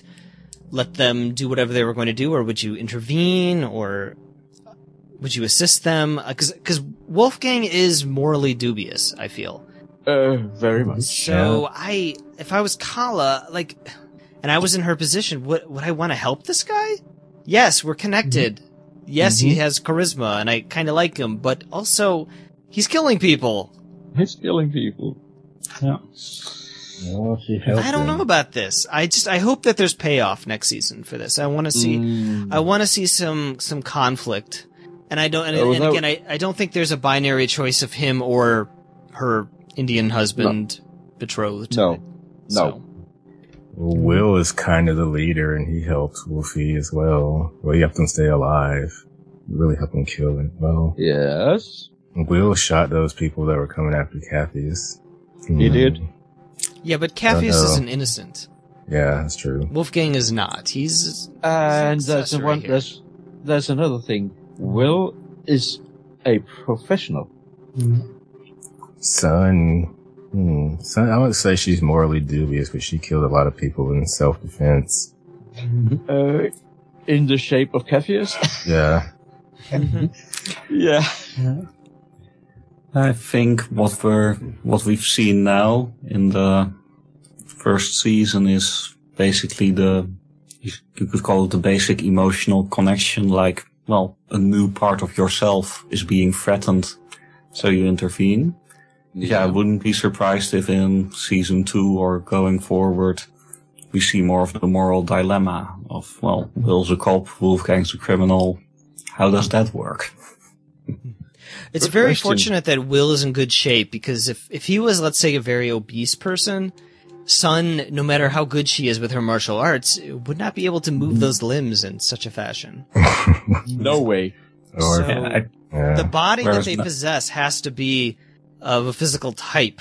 let them do whatever they were going to do or would you intervene or would you assist them? Uh, Cause, cause Wolfgang is morally dubious, I feel. Uh, very much. So I, if I was Kala, like, and I was in her position, would would I want to help this guy? Yes, we're connected. Mm-hmm. Yes, he has charisma, and I kind of like him, but also he's killing people. He's killing people. Well, she I don't know about this. I just I hope that there's payoff next season for this. I want to see Mm. I want to see some some conflict, and I don't. And, Uh, and without- again, I I don't think there's a binary choice of him or her Indian husband betrothed. No. No. So- Will is kind of the leader, and he helped Wolfie as well. Well, he helped him stay alive. Really helped him kill him. Well, Yes. Will shot those people that were coming after Hmm. Cathy's. He did? Yeah, but Capheus is know. an innocent. Yeah, that's true. Wolfgang is not. He's And there's accessory one. here. There's there's another thing. Will is a professional. Son, hmm, son, I would say she's morally dubious, but she killed a lot of people in self-defense. Uh, in the shape of Cepheus. Yeah, Mm-hmm. yeah. I think what we're what we've seen now in the first season is basically the you could call it the basic emotional connection, like well, a new part of yourself is being threatened, so you intervene. Yeah, I wouldn't be surprised if in season two or going forward we see more of the moral dilemma of well, Will's a cop, Wolfgang's a criminal. How does that work? it's Good very question. fortunate that Will is in good shape because if if he was, let's say, a very obese person, Sun, no matter how good she is with her martial arts, would not be able to move those limbs in such a fashion. No way. or So- Yeah, I- yeah. The body that Whereas they no- possess has to be of a physical type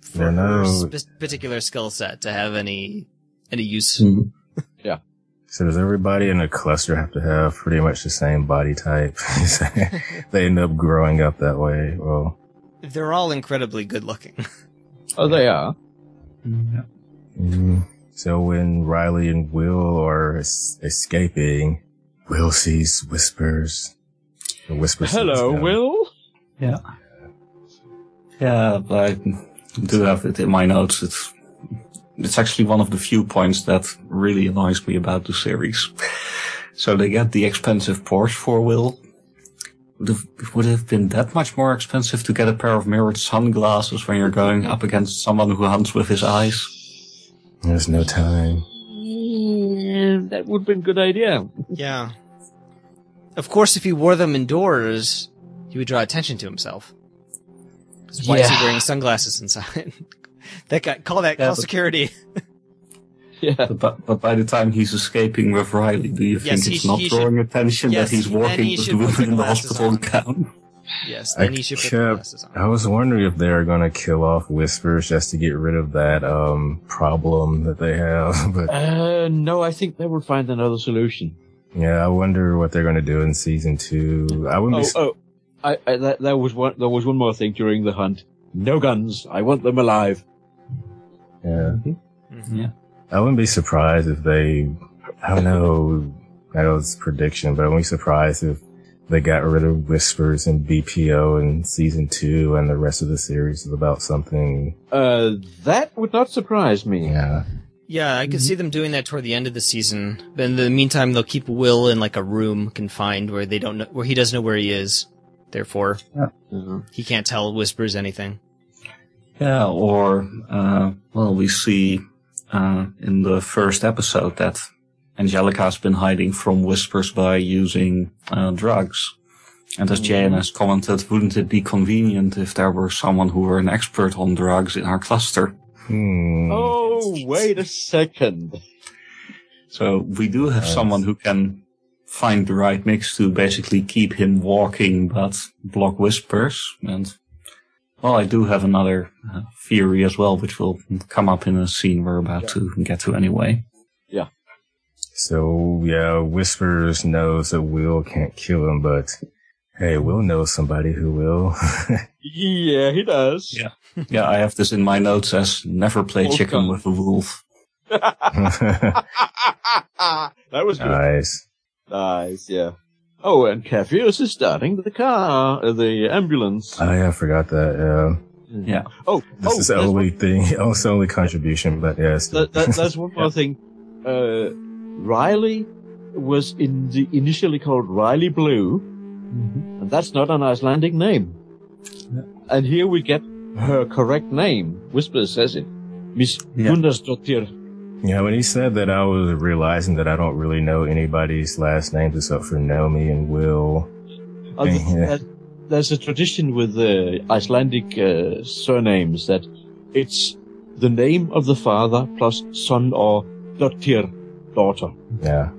for Yeah, her no. sp- particular skill set to have any any use. Mm. so does everybody in a cluster have to have pretty much the same body type? they end up growing up that way. Well, They're all incredibly good looking. Oh, they are. yeah. mm, So when Riley and Will are es- escaping, Will sees whispers. The whisper sees Hello, them. Will. Yeah. Yeah, but I do have it in my notes. It's, it's actually one of the few points that really annoys me about the series. so they get the expensive Porsche for Will. The- It would have been that much more expensive to get a pair of mirrored sunglasses when you're going up against someone who hunts with his eyes. There's no time. Mm, that would have been a good idea. Yeah. Of course, if he wore them indoors, he would draw attention to himself. 'Cause Why is he Yeah. wearing sunglasses inside? that guy, call that, Yeah, call but- security. Yeah. But, but, but by the time he's escaping with Riley, do you Yes, think he it's sh- not he drawing attention yes, that he's then walking he with should the put the women in the glasses hospital on. gown? Yes, then I he should put the kept- glasses I on. was wondering if they're gonna kill off whispers just to get rid of that um problem that they have. But Uh, no, I think they would find another solution. yeah, I wonder what they're gonna do in season two. I wouldn't be Oh, s- oh, I, I that, that was one. There was one more thing during the hunt. No guns. I want them alive. uh, yeah. Mhm. I wouldn't be surprised if they, I don't know, I know it's prediction, but I wouldn't be surprised if they got rid of Whispers and BPO in season two and the rest of the series is about something. Uh, that would not surprise me. Yeah. Yeah, I could see them doing that toward the end of the season. But in the meantime, they'll keep Will in like a room confined where they don't know, where he doesn't know where he is. Therefore, Mhm. he can't tell Whispers anything. Yeah, or uh, well, we see uh, in the first episode that Angelica's been hiding from whispers by using uh, drugs. And as Jane has commented, wouldn't it be convenient if there were someone who were an expert on drugs in our cluster? Hmm. Oh, wait a second. So we do have Yes. someone who can find the right mix to basically keep him walking but block whispers. And well, I do have another uh, theory as well, which will come up in a scene we're about to get to anyway. So yeah, Whispers knows that Will can't kill him, but hey, Will knows somebody who will. Yeah, he does. Yeah. yeah, I have this in my notes as never play Wolf chicken gun. with a wolf. that was good. nice. Nice. Yeah. Oh, and Cafius is starting the car, uh, the ambulance. Oh, yeah, I forgot that. Yeah. Yeah. oh, This oh, is the there's only thing, oh, it's the only contribution, but yeah, it's still- that, that, that's one more thing. Uh, Riley was in the initially called Riley Blue, and that's not an Icelandic name. And here we get her correct name. Whisper says it. Miss Yeah. Gundarsdottir. Yeah, when he said that, I was realizing that I don't really know anybody's last names except for Naomi and Will. Uh, th- Yeah. that- There's a tradition with uh, Icelandic uh, surnames that it's the name of the father plus son or dottir, daughter. Yeah.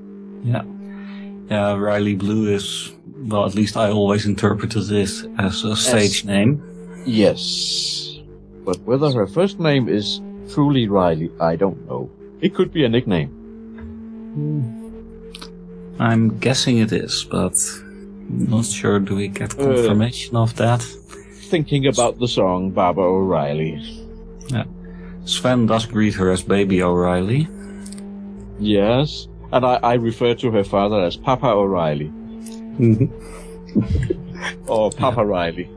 Yeah, Riley Blue is, well, at least I always interpreted this as a stage name. Yes. But whether her first name is truly Riley, I don't know. It could be a nickname. I'm guessing it is, but not sure do we get confirmation of that. Thinking about the song Barbara O'Reilly. Sven does greet her as Baby O'Reilly. Yes. And I, I refer to her father as Papa O'Reilly or Papa Riley.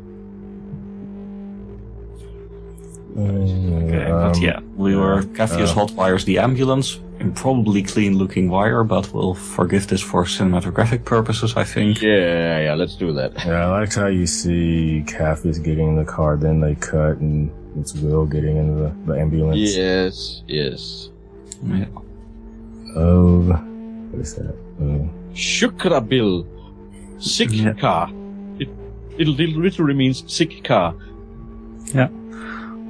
Mm, Okay, um, but yeah, we were Cavius uh, hotwires the ambulance. Improbably clean looking wire, but we'll forgive this for cinematographic purposes, I think. Yeah, yeah, let's do that. Yeah, I liked how you see Kathy's getting in the car, then they cut, and it's Will getting in the, the ambulance. Yes, yes. Yeah. Oh, what is that? Oh, Shukrabil. Sick Yeah. car. It, it literally means sick car.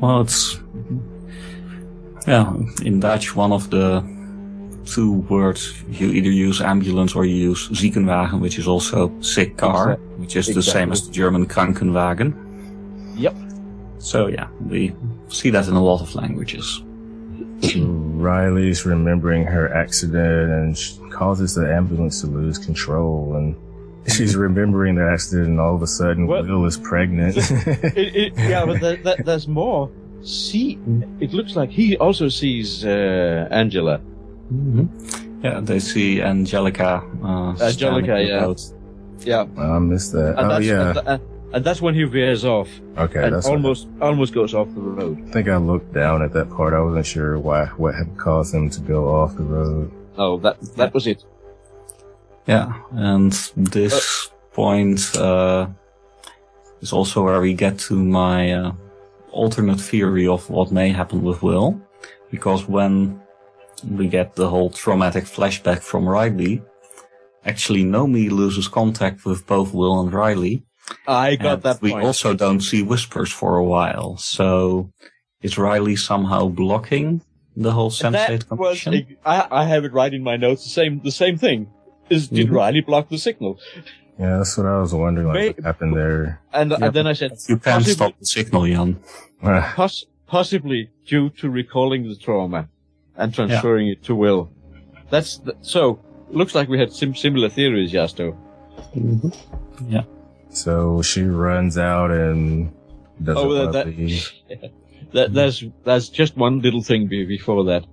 Well, it's yeah. In Dutch, one of the two words you either use ambulance or you use Ziekenwagen, which is also sick car, which is the same exactly. as the German Krankenwagen. Yep. So yeah, we see that in a lot of languages. Riley's remembering her accident and she causes the ambulance to lose control, and she's remembering the accident, and all of a sudden, What? Will is pregnant. It, it, yeah, but there, there, there's more. see. It looks like he also sees uh, Angela. Yeah, they see Angelica. Uh, standing yeah. out. Yeah, I missed that. and oh that's yeah. and, tha- uh, and that's when he veers off okay, and that's almost almost goes off the road. I think I looked down at that part. I wasn't sure why what had caused him to go off the road. Oh, that that was it. Yeah, and this point uh, is also where we get to my uh, alternate theory of what may happen with Will, because when we get the whole traumatic flashback from Riley, actually Nomi loses contact with both Will and Riley, I got and that we point. also don't see whispers for a while. So is Riley somehow blocking the whole sensate that was connection? a- I, I have it right in my notes. The same the same thing. Is did Mhm. Riley block the signal? Yeah, that's what I was wondering. Like, Wait. what happened there? And, Yeah, and then I said You can't possibly- stop the signal, Jan. Poss- possibly due to recalling the trauma and transferring it to Will. That's th- so. Looks like we had sim- similar theories, Yasto. Mm-hmm. so she runs out and doesn't Oh, that- want that- to leave. That, there's there's just one little thing be- before that.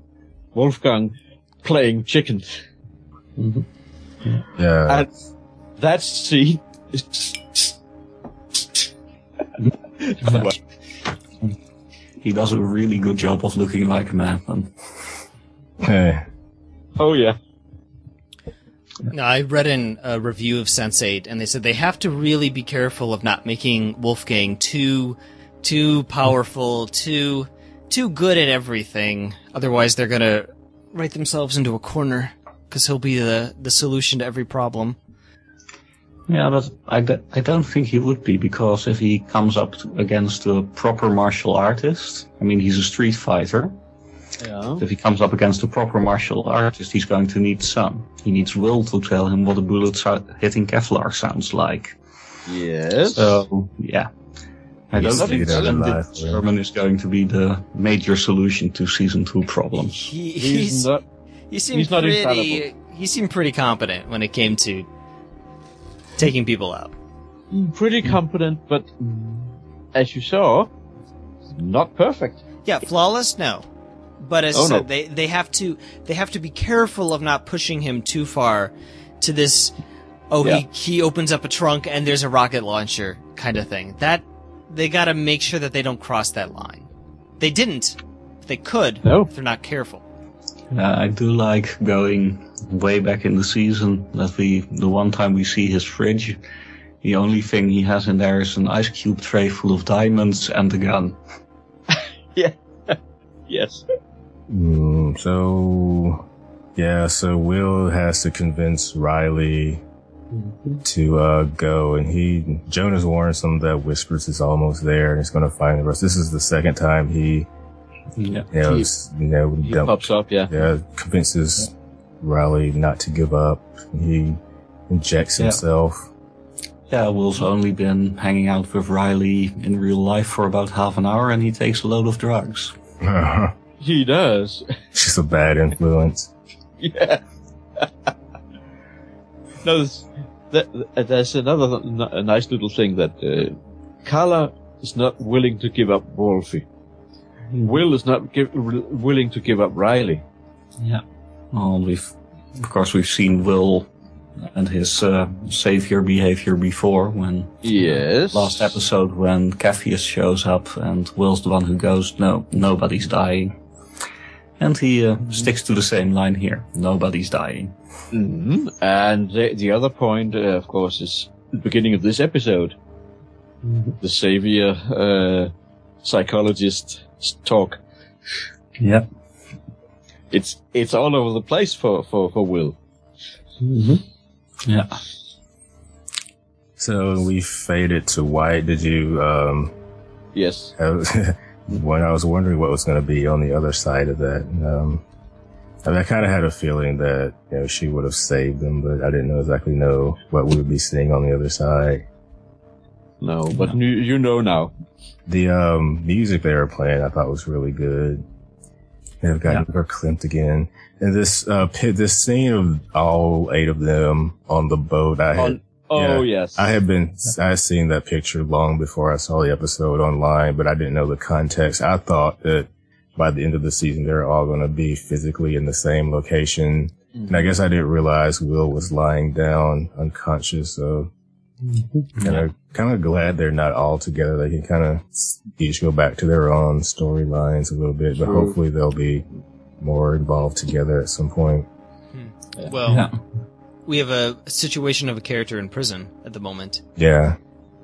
Wolfgang playing chicken. Yeah, And that scene. is- He does a really good job of looking like a madman. Heh. Oh yeah. No, I read in a review of Sense8, and they said they have to really be careful of not making Wolfgang too, too powerful, too, too good at everything. Otherwise, they're gonna write themselves into a corner because he'll be the the solution to every problem. Yeah, but I, d- I don't think he would be because if he comes up t- against a proper martial artist, I mean, he's a street fighter. Yeah. If he comes up against a proper martial artist, he's going to need some. He needs Will to tell him what a bullet sou- hitting Kevlar sounds like. Yes. So, yeah. I Yes, don't leave it think out alive, that uh, yeah. German is going to be the major solution to season two problems. He, he's he's, not. he seemed he's not pretty he seemed pretty competent when it came to taking people out. pretty competent, but as you saw, not perfect. Yeah, flawless, no. But as I Oh, said, no. they they have to they have to be careful of not pushing him too far to this. Oh, Yeah. he he opens up a trunk and there's a rocket launcher kind of thing. That they got to make sure that they don't cross that line. They didn't. They could. No. if they're not careful. Uh, I do like going way back in the season that we, the one time we see his fridge, the only thing he has in there is an ice cube tray full of diamonds and a gun. Yes. Mm, so yeah, so Will has to convince Riley to uh, go, and he Jonas warns him that Whispers is almost there and he's going to find the rest. This is the second time he Yeah. you know, He- s- you know He dump- pops up. Yeah. yeah, convinces Riley not to give up. He injects Yeah. himself. Yeah, Will's only been hanging out with Riley in real life for about half an hour and he takes a load of drugs. He does. She's a bad influence. yeah. no, there's, th- th- there's another n- a nice little thing that uh, Carla is not willing to give up Wolfie. Will is not give, r- willing to give up Riley. Yeah. Well, we've, of course, we've seen Will and his uh, savior behavior before when Yes. last episode when Cepheus shows up and Will's the one who goes, no, nobody's dying. And he uh, sticks to the same line here. Nobody's dying. Mhm. And the, the other point, uh, of course, is the beginning of this episode. The savior uh, psychologist talk. Yeah. It's it's all over the place for, for, for Will. Yeah. So we faded to White. Did you? Um, Yes. I was- when I was wondering what was going to be on the other side of that. Um, I, mean, I kind of had a feeling that you know she would have saved them, but I didn't know exactly know what we would be seeing on the other side. No, but You, you know now. The um, music they were playing, I thought was really good. They've got her Klimt again, and this uh, pi- this scene of all eight of them on the boat. I had on Oh yes. I have been, I had seen that picture long before I saw the episode online, but I didn't know the context. I thought that by the end of the season, they're all going to be physically in the same location. And I guess I didn't realize Will was lying down unconscious. So, you know, kind of glad they're not all together. They can kind of each go back to their own storylines a little bit, but True. hopefully they'll be more involved together at some point. Yeah. Well, Yeah. we have a situation of a character in prison at the moment Yeah.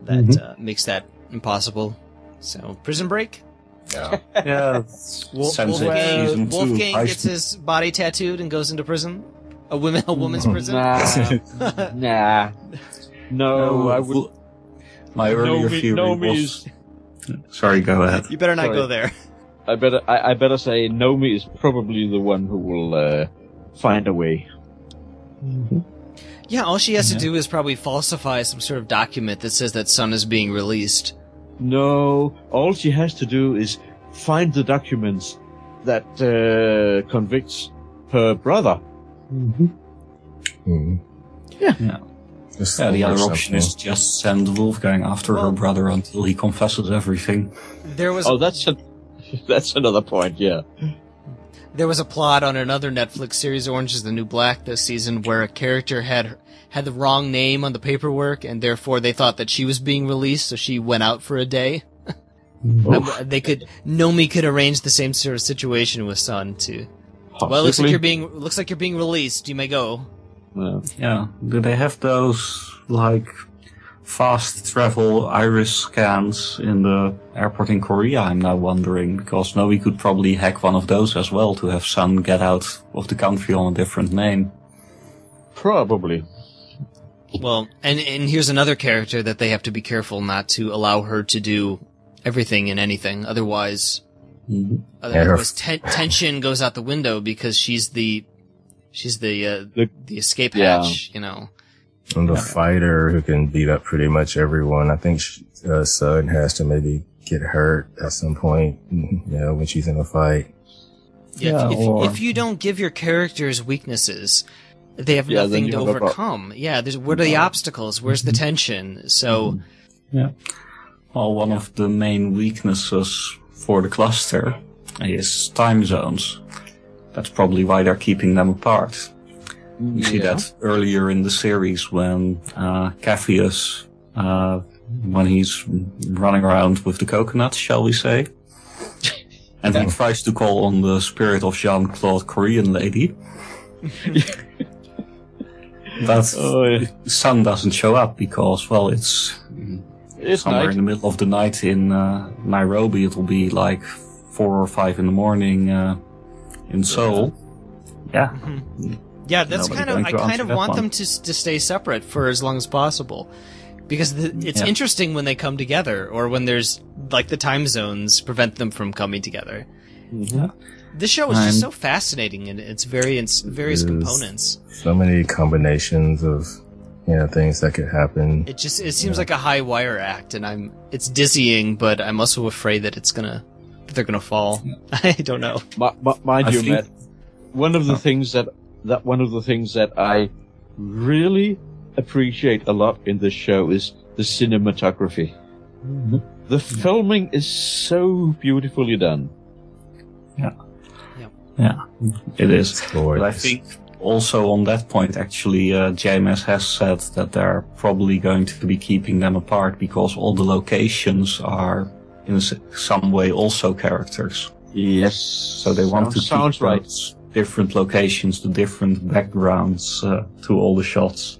that Mhm. uh, makes that impossible. So, prison break. Yeah. Yeah. Wolf, Sounds like Wolfgang, season two, Wolfgang I gets should- his body tattooed and goes into prison. A women, a woman's Mm. prison. Nah, nah. No, I would. My earlier me- theory no me was. Sorry, go ahead. you better not Sorry. go there. I better. I, I better say Nomi is probably the one who will uh, find a way. Yeah, all she has Yeah. to do is probably falsify some sort of document that says that Sun is being released. No, all she has to do is find the documents that uh, convicts her brother. Mm-hmm. Mhm. Yeah. Yeah. Just Yeah, the or other option something. is just send Wolfgang after her Well- brother until he confesses everything. There was Oh, that's a, that's another point. Yeah. There was a plot on another Netflix series, Orange is the New Black, this season, where a character had had the wrong name on the paperwork, and therefore they thought that she was being released, so she went out for a day. Uh, they could Nomi could arrange the same sort of situation with Sun too. Well, it looks like Possibly. Uh, you're being looks like you're being released. You may go. No. Yeah. Do they have those, like, fast travel iris scans in the airport in Korea? I'm now wondering, because now we could probably hack one of those as well to have Sun get out of the country on a different name. Probably. Mm, Well, and and here's another character that they have to be careful not to allow her to do everything and anything. Otherwise, hmm otherwise ten- tension goes out the window because she's the she's the uh, The, the escape Yeah. hatch, you know. And the fighter who can beat up pretty much everyone. I think sh uh, Sun has to maybe get hurt at some point, you know, when she's in a fight. Yeah, if, Yeah, if, or- if you don't give your characters weaknesses, they have Yeah, then nothing you to have a problem. overcome. Yeah, there's what are the No. obstacles? Where's the tension? So Well, one of the main weaknesses for the cluster is time zones. That's probably why they're keeping them apart. You see yeah. that earlier in the series when uh, Cepheus, uh, when he's running around with the coconuts, shall we say, and he tries to call on the spirit of Jean Claude Korean lady. That's Oh, yeah. sun doesn't show up because well, it's It's somewhere night. in the middle of the night in uh, Nairobi. It'll be like four or five in the morning uh, in Seoul. Yeah. yeah, that's Nobody kind of going I to kind answer of that want one. them to s- to stay separate for as long as possible because the, it's Mm, Yeah. interesting when they come together or when there's like the time zones prevent them from coming together. Mm-hmm. Yeah. This show is just I'm- so fascinating in its various various It is. components. So many combinations of, you know, things that could happen. It just it seems like a high wire act, and I'm it's dizzying, but I'm also afraid that it's gonna that they're gonna fall. I don't know. Mi- mi- mind I you, think- Matt, one of the Oh. things that that one of the things that I really appreciate a lot in this show is the cinematography. The filming is so beautifully done. It is. Lord. But I think also on that point, actually, uh, JMS has said that they're probably going to be keeping them apart because all the locations are in s- some way also characters. Yes. So they want to sounds keep right. those different locations, the different backgrounds uh, to all the shots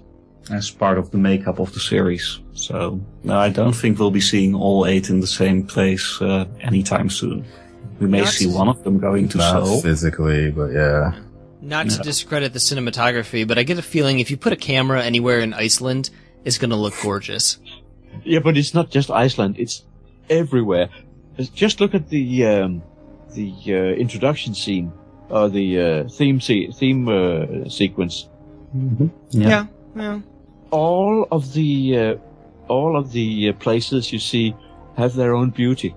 as part of the makeup of the series. So no, I don't think we'll be seeing all eight in the same place uh, anytime soon. We may Not- see one of them going to not Seoul. physically, but yeah. Not to Yeah. discredit the cinematography, but I get a feeling if you put a camera anywhere in Iceland, it's gonna look gorgeous. Yeah, but it's not just Iceland; it's everywhere. Just- Just look at the um, the uh, introduction scene, or the uh, theme se- theme uh, sequence. Yeah. yeah. All of the uh, all of the uh, places you see have their own beauty.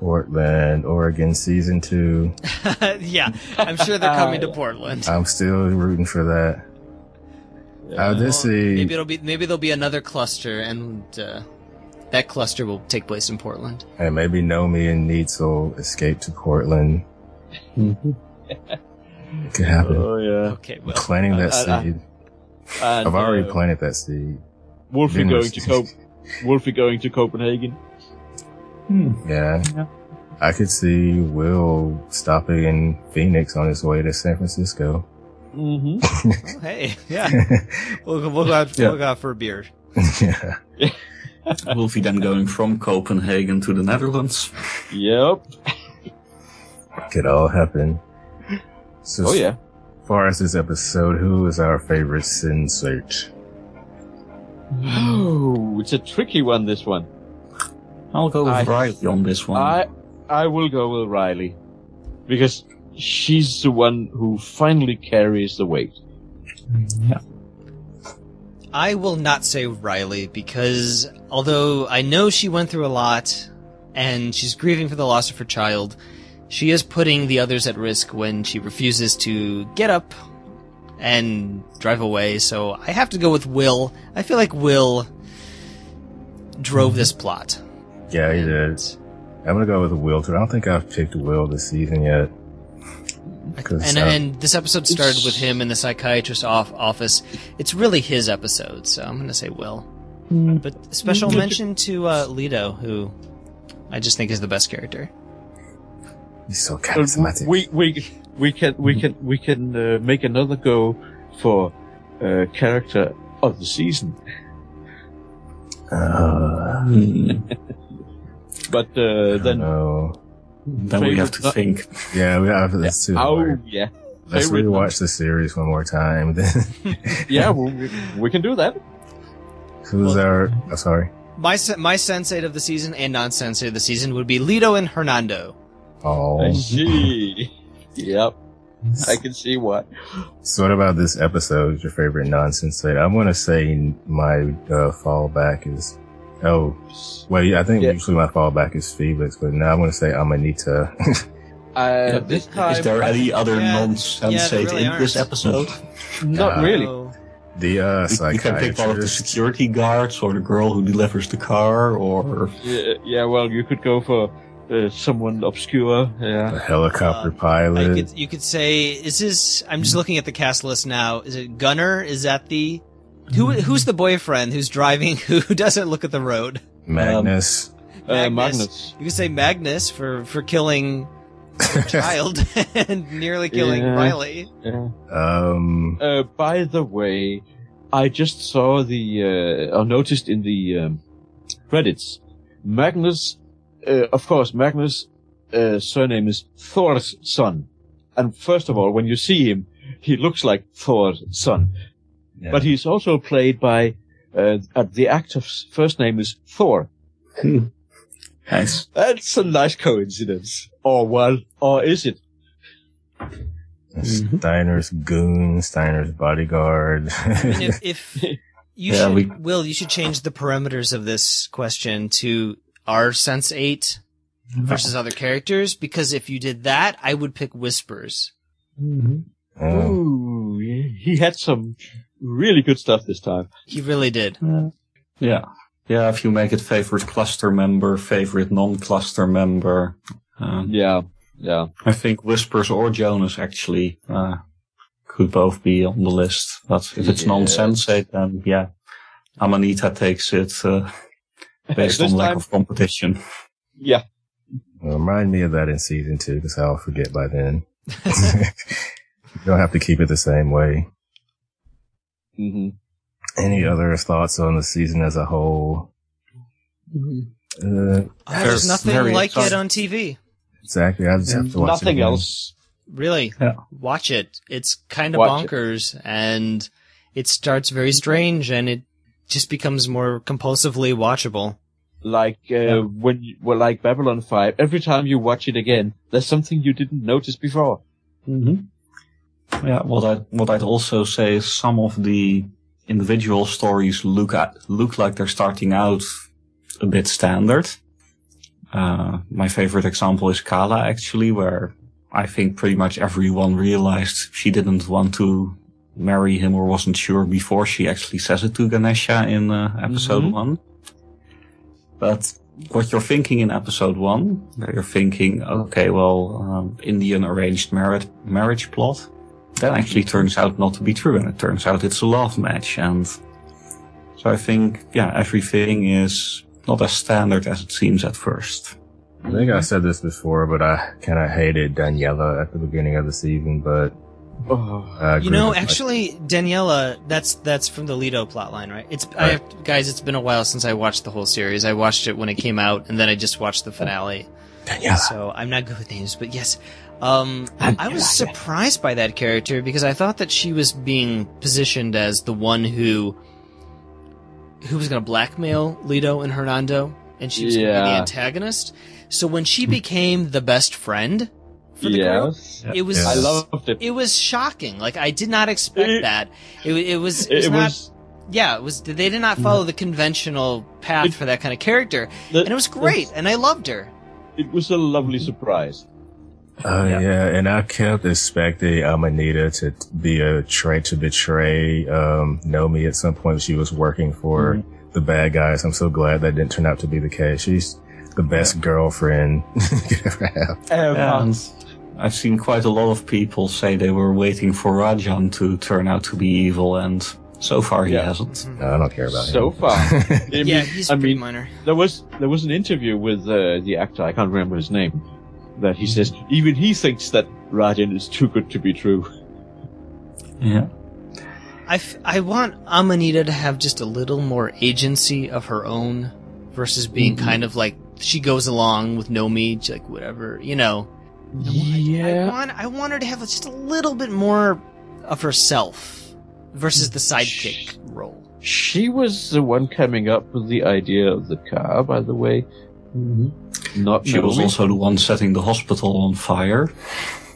Portland, Oregon season two. Uh, yeah. I'm sure they're coming to Portland. I'm still rooting for that. Uh, this is Maybe it'll be maybe there'll be another cluster, and uh, that cluster will take place in Portland. and maybe Nomi and Neitz will escape to Portland. It could happen. Oh yeah. Okay, I'm well, planting that I- I- seed. And, I've already uh, planted that seed. Wolfie Been going to listening. Cop Wolfie going to Copenhagen. Yeah. Yeah. I could see Will stopping in Phoenix on his way to San Francisco. Mm-hmm. well, hey, yeah, we'll go- we'll go out, Yeah. we'll go out for a beer. yeah. Wolfie then going from Copenhagen to the Netherlands. Yep. Could all happen. So Oh yeah. as far as this episode, who is our favorite sin search? Oh, it's a tricky one. This one. I'll go with I- Riley on this one. I I will go with Riley because she's the one who finally carries the weight. yeah. I will not say Riley because although I know she went through a lot and she's grieving for the loss of her child, she is putting the others at risk when she refuses to get up and drive away. So I have to go with Will. I feel like Will drove this plot. Yeah, Mm-hmm. he did. I'm gonna go with Will. 'cause I don't think I've picked Will this season yet. And, and this episode started with him in the psychiatrist's off- office. It's really his episode, so I'm going to say Will. But special mention to uh, Leto, who I just think is the best character. um, he's so But charismatic. we we we can we can we can uh, make another go for uh, character of the season. Uh, Hmm. But uh, then no. Then we have to Favorite- think. Yeah, we have this too. oh hard. yeah Let's favorite- rewatch the series one more time. yeah we, we- we can do that. Who's Well- our? Oh, sorry. My se- my sensate of the season and non sensate of the season would be Leto and Hernando. Oh. I see. yep, I can see why. So what about this episode? Your favorite nonsense site? I'm gonna say my uh, fallback is. Oh, wait. I think Yeah. usually my fallback is Felix, but now I'm gonna say Amanita. Uh, Yeah, this is- time, is there any other Yeah, yeah, nonsense there really in this aren't. episode? not Uh, really. So- the uh, You- you can pick one of the psychiatrist. security guards or the girl who delivers the car or Yeah, yeah, well, you could go for uh, someone obscure. Yeah. The helicopter Uh, I pilot. could, you could say, is this? I'm just looking at the cast list now. Is it Gunner? Is that the who? Who's the boyfriend who's driving? Who doesn't look at the road? Magnus. Uh, Magnus. Magnus. You could say Magnus for for killing child and nearly killing Yeah. Riley. Yeah. um, Uh, by the way, I just saw the, uh, or noticed in the um, credits, Magnus, uh, of course, Magnus' uh, surname is Thor's son. And first of all, when you see him, he looks like Thor's son. Yeah. But he's also played by, uh, uh, the actor's first name is Thor. nice. That's a nice coincidence. Or well, or is it? Mm-hmm. Mhm. Steiner's goon. Steiner's bodyguard. I mean, if, if you Yeah, should, we- Will, you should change the parameters of this question to our sense eight versus other characters because if you did that, I would pick whispers. Um, Ooh, he had some really good stuff this time. He really did. Yeah. Yeah, if you make it favorite cluster member, favorite non-cluster member, um, Yeah, yeah. I think Whispers or Jonas actually uh, could both be on the list. But if it's Yes. non-sensate, then yeah, Amanita takes it uh, based on this lack time, of competition. yeah. remind me of that in season two, because I'll forget by then. you don't have to keep it the same way. hmm Mm-hmm. Any other thoughts on the season as a whole? Mm-hmm. Uh, Oh, there's Very- nothing very like it exciting. on TV. exactly. I just have to watch it Nothing again. else. Really, Yeah. watch it. It's kind of Watch it. bonkers, and it starts very strange, and it just becomes more compulsively watchable. Like uh, Yeah. when, you, well, like Babylon Five. Every time you watch it again, there's something you didn't notice before. Mm-hmm. Yeah, what I what I'd also say is some of the individual stories look at, look like they're starting out a bit standard. Uh, my favorite example is Kala, actually, where I think pretty much everyone realized she didn't want to marry him or wasn't sure before she actually says it to Ganesha in uh, episode Mhm. one. But what you're thinking in episode one, you're thinking, okay, well, um, Indian arranged marriage marriage plot, that actually turns out not to be true, and it turns out it's a love match, and so I think, yeah, everything is not as standard as it seems at first. I think I said this before, but I kind of hated Daniela at the beginning of the season, but Oh, I agree You know, with Mike. actually, Daniela, that's that's from the Leto plotline, right? It's I have, guys, it's been a while since I watched the whole series. I watched it when it came out, and then I just watched the finale. Daniela. So I'm not good with names, but yes, um, I was surprised by that character because I thought that she was being positioned as the one who who was going to blackmail Leto and Hernando, and she was going to be the Yeah. antagonist. So when she became the best friend for the girl, yes. it was Yeah. I loved it. it was shocking. Like I did not expect It- that. It, wa- it was. It was It not. was yeah, it was. They did not follow the conventional path It- for that kind of character, the- and it was great. And I loved her. It was a lovely surprise. Uh, yeah. and I kept expecting um, Anita to t- be a tray to betray um, Nomi at some point. She was working for the bad guys. I'm so glad that didn't turn out to be the case. She's the best girlfriend you could ever have. Um, And I've seen quite a lot of people say they were waiting for Rajan to turn out to be evil, and so far he Yeah. hasn't. No, I don't care about So him. far. I mean, yeah, he's I pretty mean, minor. there was there was an interview with uh, the actor. I can't remember his name. That he says even he thinks that Rajan is too good to be true. Yeah. I, f- I want Amanita to have just a little more agency of her own versus being Mm-hmm. kind of like she goes along with Nomi, j- like whatever, you know. I want I want her to have just a little bit more of herself versus the sidekick role. She was the one coming up with the idea of the car, by the way. Not She was Naomi. also the one setting the hospital on fire.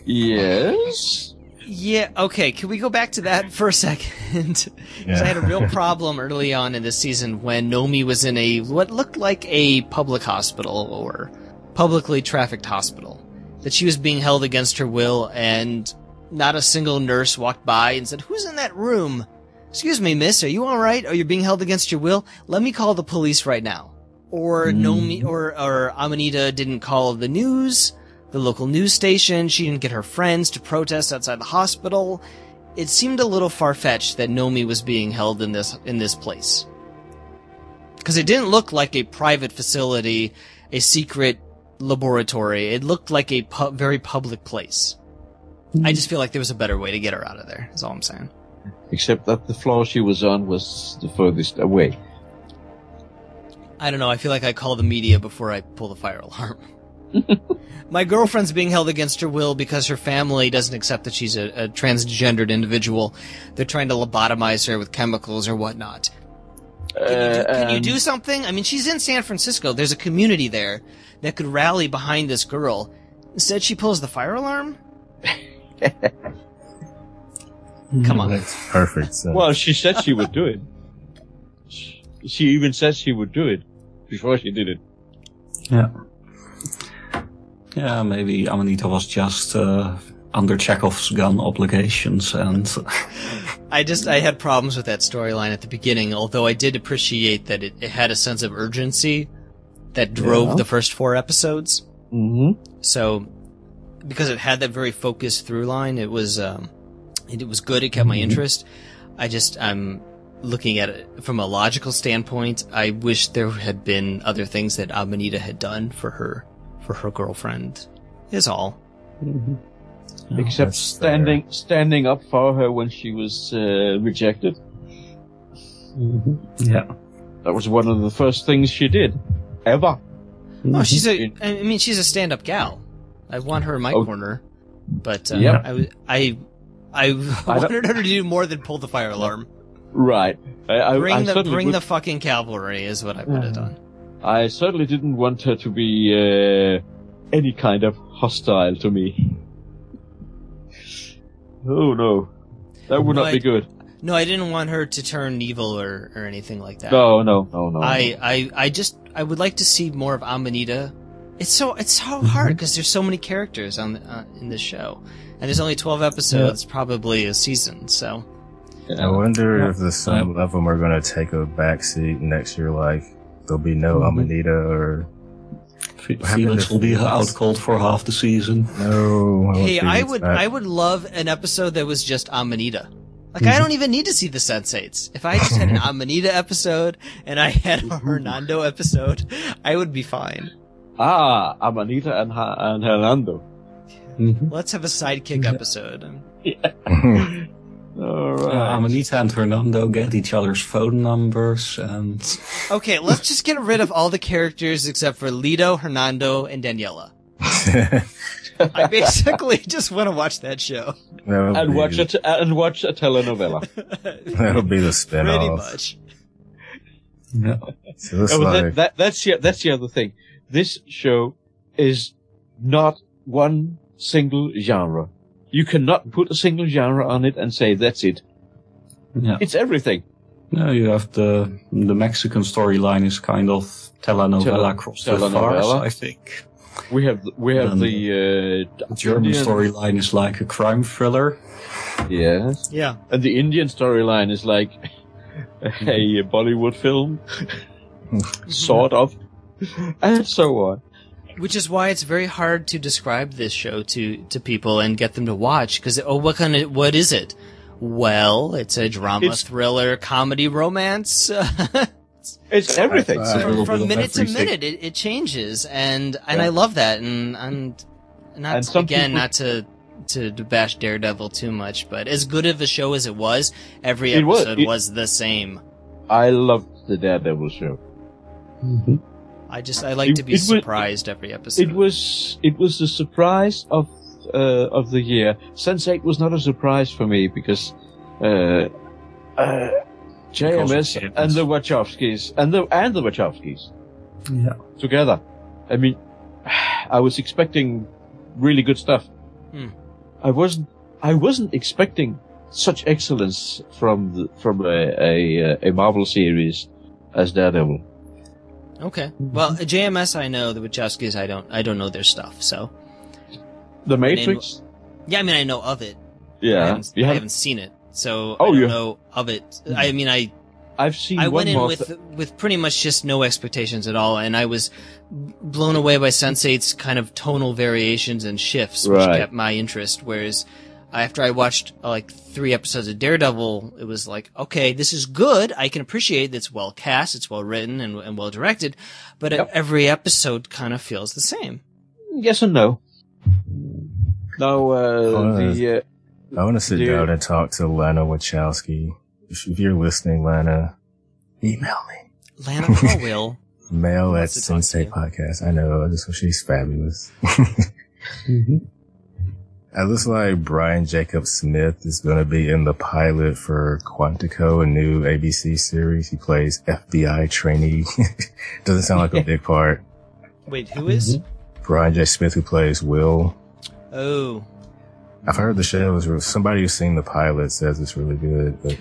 Yes. Yeah, okay, can we go back to that for a second? Because I had a real problem early on in this season when Nomi was in a what looked like a public hospital or publicly trafficked hospital. That she was being held against her will, and not a single nurse walked by and said, Who's in that room? Excuse me, miss, are you alright? Are you being held against your will? Let me call the police right now. Or Nomi or or Amanita didn't call the news, the local news station, she didn't get her friends to protest outside the hospital it seemed a little far fetched that Nomi was being held in this in this place. Cuz it didn't look like a private facility, a secret laboratory. It looked like a pu- very public place. I just feel like there was a better way to get her out of there. Is all I'm saying. Except that the floor she was on was the furthest away. I don't know. I feel like I call the media before I pull the fire alarm. My girlfriend's being held against her will because her family doesn't accept that she's a, a transgendered individual. They're trying to lobotomize her with chemicals or whatnot. Can, you do, can you do something? I mean, she's in San Francisco. There's a community there that could rally behind this girl. Instead, she pulls the fire alarm? Come on. Makes perfect sense. Well, she said she would do it. She- She even said she would do it before she did it. Yeah, maybe Amanita was just uh, under Chekhov's gun obligations, and I just, I had problems with that storyline at the beginning, although I did appreciate that it, it had a sense of urgency that drove Yeah. the first four episodes. Mm-hmm. So, because it had that very focused through line, it was um, it, it was good. It kept my interest. I just I'm looking at it from a logical standpoint. I wish there had been other things that Amanita had done for her for her girlfriend. Is all. Except that's standing standing up for her when she was uh, rejected. yeah, That was one of the first things she did, ever. Mm-hmm. No, she's a. I mean, she's a stand-up gal. I want her in my Oh. corner, but uh, Yep. I was- I I don't- wanted her to do more than pull the fire alarm. Right. I, I, I Bring the certainly bring would- the Mm. fucking cavalry is what I would have done. I certainly didn't want her to be uh, any kind of hostile to me. Oh no, that would not be Like- good. No, I didn't want her to turn evil or, or anything like that. No, no, no, no. Uh, I, I, I just, I would like to see more of Amanita. It's so, it's Mm-hmm. so hard because there's so many characters on the, uh, in this show, and there's only twelve episodes, probably a season. So I Yeah. wonder Yeah. if the some of them are going to take a backseat next year. Like there'll be no Mhm. Amanita or Fe- happened Felix to will be Felix? out cold for half the season. no. Hey, I would I I would love an episode that was just Amanita. Like Mm-hmm. I don't even need to see the Sensates. If I just had an Amanita episode and I had Mm-hmm. a Hernando episode, I would be fine. Ah, Amanita and, ha- and Hernando. Mm-hmm. Let's have a sidekick episode. would. All Uh, right. Amanita and Hernando get each other's phone numbers, and Okay, let's just get rid of all the characters except for Lido, Hernando, and Daniela. I basically just want to watch that show. and watch a it. t- and watch a telenovela. That'll be the Pretty spinoff. much. yeah. So it's Oh, like, that, that, that's the, that's the other thing. This show is not one single genre. You cannot put a single genre on it and say that's it. yeah. It's everything. No, you have the the Mexican storyline is kind of telenovela Tele- crossed with telenovela. farce, I think. We have we have the The German Indian- storyline is like a crime thriller. uh, yes, Yeah. and the Indian storyline is like a Bollywood film, sort of, and so on. Which is why it's very hard to describe this show to, to people and get them to watch because oh, what kind of what is it? Well, it's a drama, It's- thriller, comedy, romance. It's everything. It's a uh, little from bit from of minute to everything. minute, it, it changes, and and Yeah. I love that. And and not And some again, people- not to, to to bash Daredevil too much, but as good of a show as it was, every It was- episode was, it- the same. I loved the Daredevil show. I just I like It- to be it was- surprised every episode. It was it was the surprise of uh, of the year. Sense Eight was not a surprise for me because uh, uh, Because JMS of JMS. and the Wachowskis and the and the Wachowskis Yeah. together. I mean, I was expecting really good stuff. Hmm. I wasn't I wasn't expecting such excellence from the, from a, a uh, a Marvel series as Daredevil. okay. Well, JMS I know the Wachowskis I don't I don't know their stuff. So The Matrix. yeah, I mean I know of it. I Yeah, haven't, you I have, haven't seen it. So I Oh, don't you- know of it. I mean I I've seen I one went in more. with with pretty much just no expectations at all, and I was blown away by Sense8's kind of tonal variations and shifts, which Right. kept my interest. Whereas after I watched uh, like three episodes of Daredevil, it was like, okay, this is good. I can appreciate it's well cast, it's well written, and, and well directed, but Yep. every episode kind of feels the same. Yes and no. Now, uh, Oh, the, uh, I want to sit Dude. down and talk to Lana Wachowski. If, if you're listening, Lana, email me. Lana Crowell. Mail at wants to talk to Sensei you. Podcast. I know. I just she's fabulous. Mhm. It looks like Brian Jacob Smith is going to be in the pilot for Quantico, a new ABC series. He plays FBI trainee. Doesn't sound like a big part. Wait, who Mm-hmm. is? Brian J. Smith, who plays Will. Oh, I've heard the show is re- somebody who's seen the pilot says it's really good, but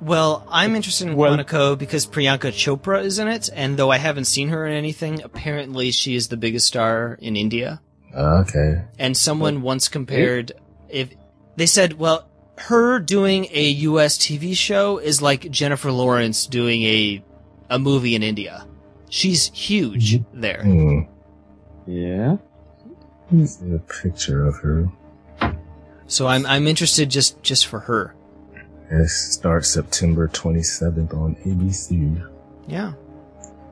Well, I'm interested in Well- Quantico because Priyanka Chopra is in it, and though I haven't seen her in anything, apparently she is the biggest star in India. uh, okay. And someone once compared if they said, well, her doing a US TV show is like Jennifer Lawrence doing a a movie in India. She's huge there. Hmm. yeah. See a picture of her. So I'm I'm interested just just for her. It starts September 27th on ABC. Yeah.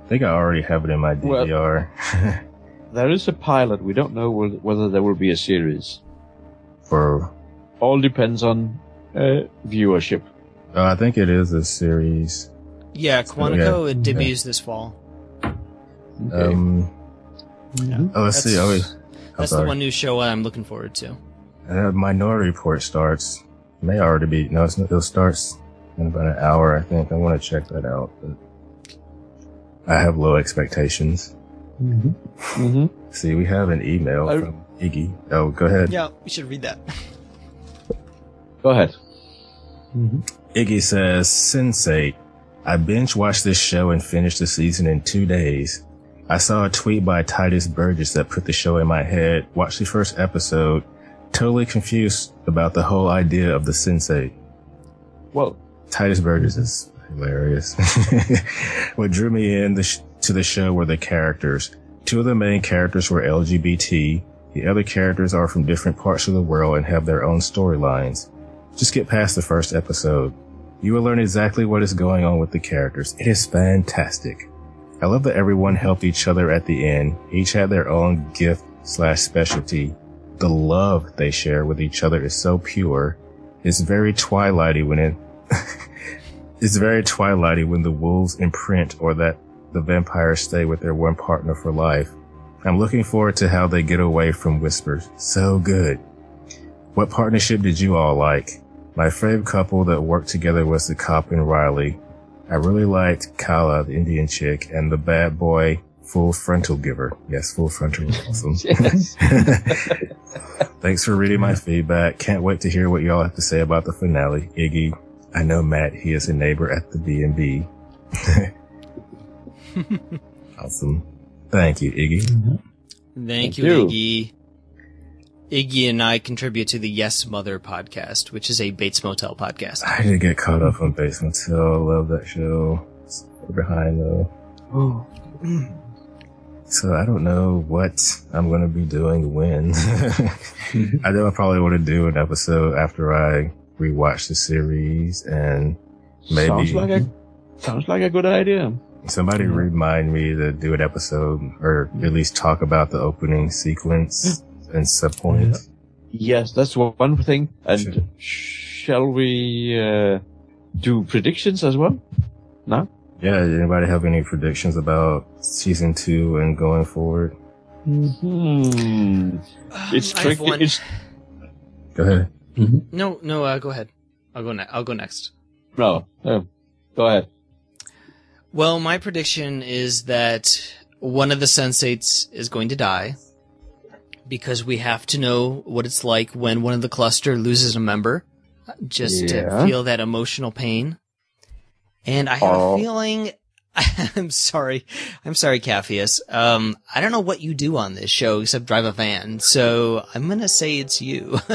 I think I already have it in my Well- DVR There is a pilot. We don't know whe- whether there will be a series. for. All depends on uh, viewership. Uh, I think it is a series. Yeah, Quantico it Yeah. debuts this fall. Okay. Um, oh, let's see. Oh, wait. I'm That's the sorry. one new show I'm looking forward to. Uh, Minority Report starts. It may already be. No, it's, it starts in about an hour, I think. I want to check that out. But I have low expectations. Mhm. See, we have an email I- from Iggy. Oh, go ahead. Yeah, we should read that. Go ahead. Mm-hmm. Iggy says, Sensate, I binge watched this show and finished the season in two days. I saw a tweet by Titus Burgess that put the show in my head, watched the first episode, totally confused about the whole idea of the sensei. Well, Titus Burgess is hilarious. what drew me in the sh- to the show were the characters. Two of the main characters were LGBT. The other characters are from different parts of the world and have their own storylines. Just get past the first episode. You will learn exactly what is going on with the characters. It is fantastic. I love that everyone helped each other at the end. Each had their own gift slash specialty. The love they share with each other is so pure. It's very twilighty when it it's very twilighty when the wolves imprint or that the vampires stay with their one partner for life. I'm looking forward to how they get away from whispers. So good. What partnership did you all like? My favorite couple that worked together was the cop and Riley. I really liked Kala, the Indian chick, and the bad boy full frontal giver. Yes, full frontal. was Awesome. Yes. Thanks for reading my feedback. Can't wait to hear what y'all have to say about the finale. Iggy, I know Matt. He is a neighbor at the B&B. awesome. Thank you, Iggy. Thank, Thank you, you. Iggy. Iggy and I contribute to the Yes Mother podcast, which is a Bates Motel podcast. I didn't get caught up on Basement Hill. Love that show. So behind though. Oh, So I don't know what I'm going to be doing when. I know I probably want to do an episode after I rewatch the series and Maybe. Sounds like a sounds like a good idea. Somebody remind me to do an episode or at least talk about the opening sequence and sub points. Yes, that's one- one thing. And Sure. shall we uh, do predictions as well? Yeah, anybody have any predictions about season two and going forward? Mm-hmm. Hmm. It's I have tricky. one- It's Go ahead. No, no, uh, go ahead. I'll go. Ne- I'll go next. no. no. Go ahead. Well, my prediction is that one of the sensates is going to die because we have to know what it's like when one of the cluster loses a member, just to Yeah. feel that emotional pain. And I have Oh. a feeling. I'm sorry. I'm sorry, Caffius. Um, I don't know what you do on this show except drive a van. So I'm gonna say it's you.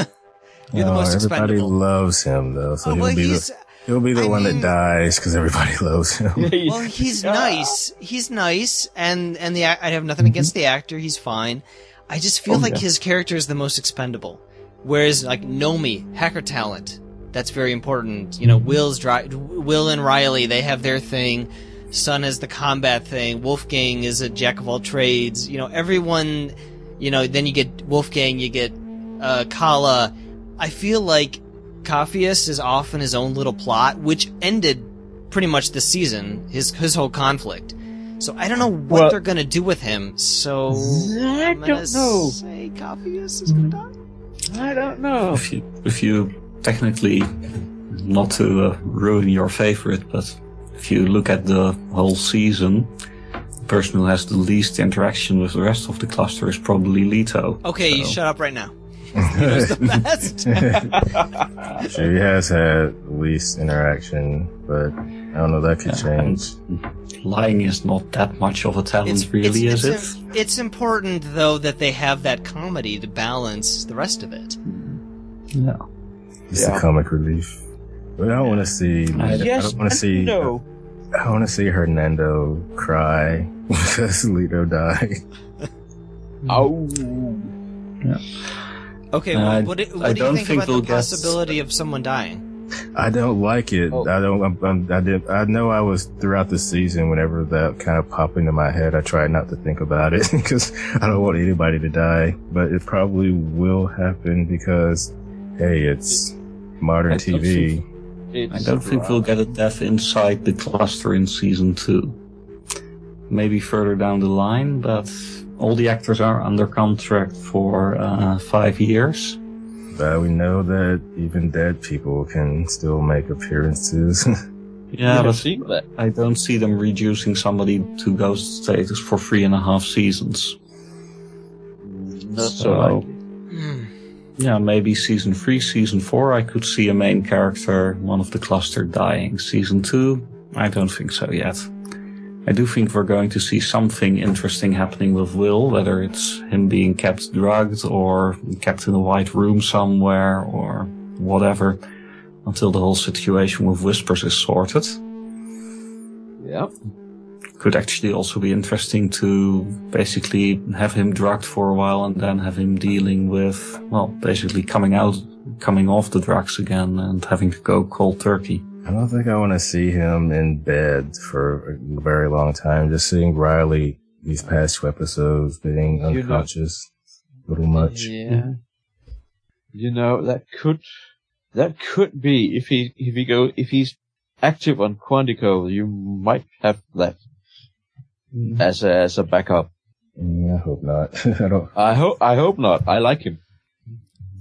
You're the No, most Oh, everybody expendable. loves him though, so Oh, he'll, well, be he's the, he'll be the I one mean- that dies because everybody loves him. well, he's Yeah. nice. He's nice, and and the ac- I have nothing against the actor. He's fine. I just feel Oh, like yeah. his character is the most expendable, whereas like Nomi, hacker talent, that's very important. You know, Will's dri- Will and Riley, they have their thing. Sun is the combat thing. Wolfgang is a jack of all trades. You know, everyone. You know, then you get Wolfgang, you get uh, Kala. I feel like Cophius is off in his own little plot, which ended pretty much this season. His his whole conflict. So I don't know what Well- they're gonna do with him. So I I'm gonna don't know. Say Cophius is gonna die. I don't know. If you, if you technically, not to uh, ruin your favorite, but if you look at the whole season, the person who has the least interaction with the rest of the cluster is probably Leto. Okay, you So- shut up right now. she Best. has had least interaction, but I don't know, that could Yeah, and change. lying is not that much of a talent, really, is it's, it's it? im- it's important though that they have that comedy to balance the rest of it. Yeah. Just a Yeah. comic relief. But I don't want to see, I yes. don't want to and see No. I want to see Hernando cry because Leto died. Oh. Okay, Uh, well, I- what, do- what I do you don't think, think about we'll the get- possibility of someone dying? I don't like it. Oh. I don't. I'm, I'm, I did. I know I was throughout the season. Whenever that kind of popped into my head, I tried not to think about it because I don't want anybody to die. But it probably will happen because, hey, it's modern I don't TV. think- I don't think we'll get a death inside the cluster in season two. Maybe further down the line, but all the actors are under contract for uh, five years. But we know that even dead people can still make appearances. Yeah, have but seen that. I don't see them reducing somebody to ghost status for three and a half seasons. so So, Hmm. yeah, maybe season three, season four, I could see a main character, one of the cluster, dying. Season two, I don't think so yet. I do think we're going to see something interesting happening with Will, whether it's him being kept drugged or kept in a white room somewhere or whatever. until the whole situation with whispers is sorted. Yeah. Could actually also be interesting to basically have him drugged for a while and then have him dealing with, well, basically coming out, coming off the drugs again and having to go cold turkey. I don't think I want to see him in bed for a very long time. Just seeing Riley these past two episodes being You know- unconscious, a little much. Yeah. You know, that could, that could be if he, if he go, if he's active on Quantico, you might have that as a, as a backup. Mm, I hope not. I don't. I hope, I hope not. I like him.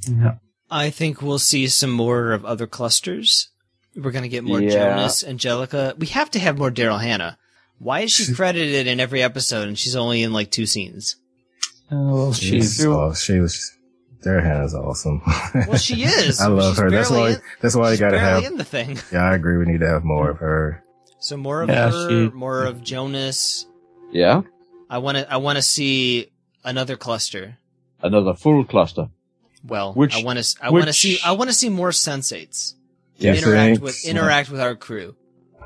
Yeah. I think we'll see some more of other clusters. We're going to get more Yeah. Jonas, Angelica. We have to have more Daryl Hannah. Why is she credited in every episode and she's only in like two scenes? well, She's she's, do- oh, she was. Their Hannah's awesome. Well, she is. I love She's her. That's barely why. in- that's why you she's gotta barely have. in the thing. Yeah, I agree. We need to have more of her. So more of Yeah, her, she- more of Jonas. Yeah. I want to. I want to see another cluster. Another full cluster. Well, Which- I want to. I want to which- see. I want to see more sensates You interact think? with interact with our crew.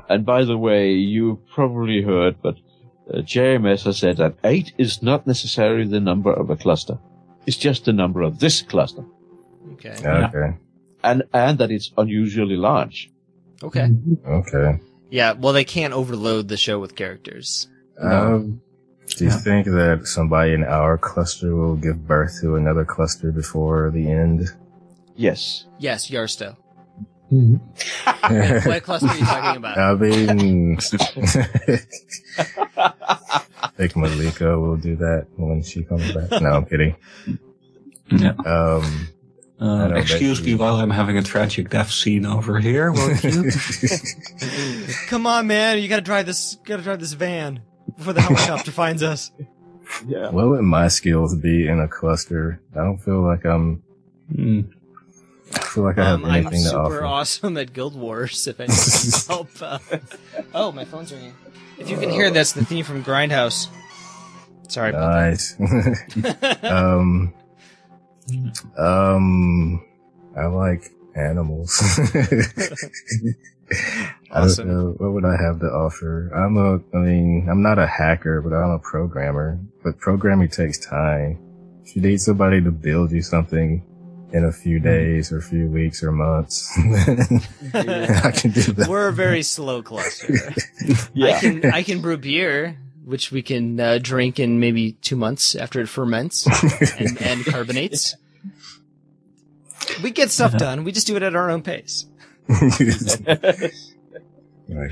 And by the way, you probably heard, but uh, JMS has said that eight is not necessarily the number of a cluster. It's just the number of this cluster. Okay. Okay. And, and that it's unusually large. Okay. Okay. Yeah. Well, they can't overload the show with characters. Um, do you Yeah. think that somebody in our cluster will give birth to another cluster before the end? Yes. Yes, Yarsto. I What cluster are you talking Uh, about? mean, I think Malika will do that when she comes back. No, I'm kidding. yeah. Um, I Uh, don't excuse bet me you- while I'm having a tragic death scene over here, won't you? Come on, man! You gotta drive this. Gotta drive this van before the helicopter finds us. Yeah. what would my skills be in a cluster? I don't feel like I'm. Mm. Hmm. I feel like I have Um, I'm anything to super offer. awesome at Guild Wars. If anyone needs help. Uh, oh, my phone's ringing. If you can hear that's the theme from Grindhouse. Sorry. Uh, about Nice. that. um, um, I like animals. I don't Awesome. know. What would I have to offer? I'm a, I mean, I'm not a hacker, but I'm a programmer. But programming takes time. If you need somebody to build you something in a Hmm. few days or a few weeks or months, then I can do that. We're a very slow cluster. I Yeah. can I can brew beer, which we can uh, drink in maybe two months after it ferments and, and carbonates. We get stuff done. We just do it at our own pace. Like,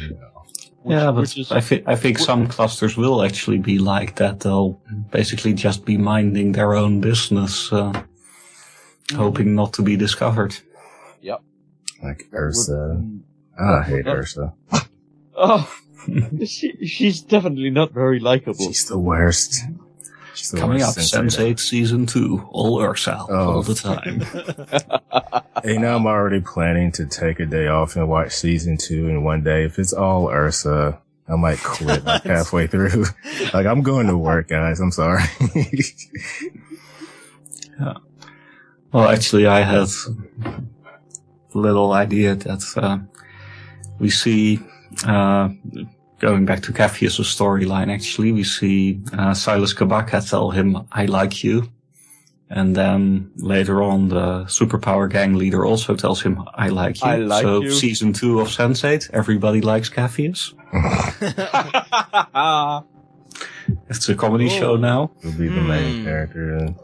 yeah, but which is- I, thi- I think some clusters will actually be like that. They'll basically just be minding their own business, uh, Mm. hoping not to be discovered. like Ursa. Ah, I hate Ursa. Oh, she, she's definitely not very likable. She's the worst. She's the Coming up, worst Sense sensei. 8 Season 2, all Ursa, Oh. all the time. You know, I'm already planning to take a day off and watch season two in one day. If it's all Ursa, I might quit like halfway through. like, I'm going to work, guys. I'm sorry. Well, actually, I had little idea that uh, we see, uh, going back to Cavius' storyline, actually, we see uh, Silas Kabaka tell him, I like you. And then later on, the superpower gang leader also tells him, I like you. I like so you. season two of Sense8, everybody likes Cavius. It's a comedy Oh. show now. You'll be the main Hmm. character.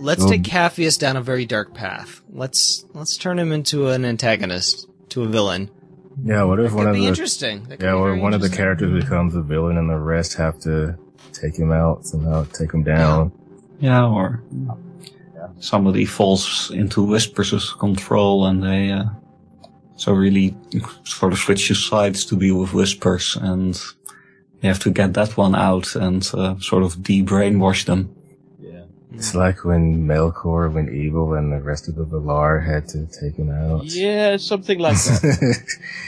Let's Um, take Caphias down a very dark path. Let's let's turn him into an antagonist, to a villain. Yeah, what if That one could of be the interesting. That could yeah, be what very if one of the interesting. characters becomes a villain and the rest have to take him out somehow, take him down? Yeah, or somebody falls into Whispers' control and they, uh, so really sort of switches sides to be with Whispers and you have to get that one out and uh, sort of de-brainwash them. yeah. It's like when Melkor went evil and the rest of the Valar had to take him out. yeah, something like that.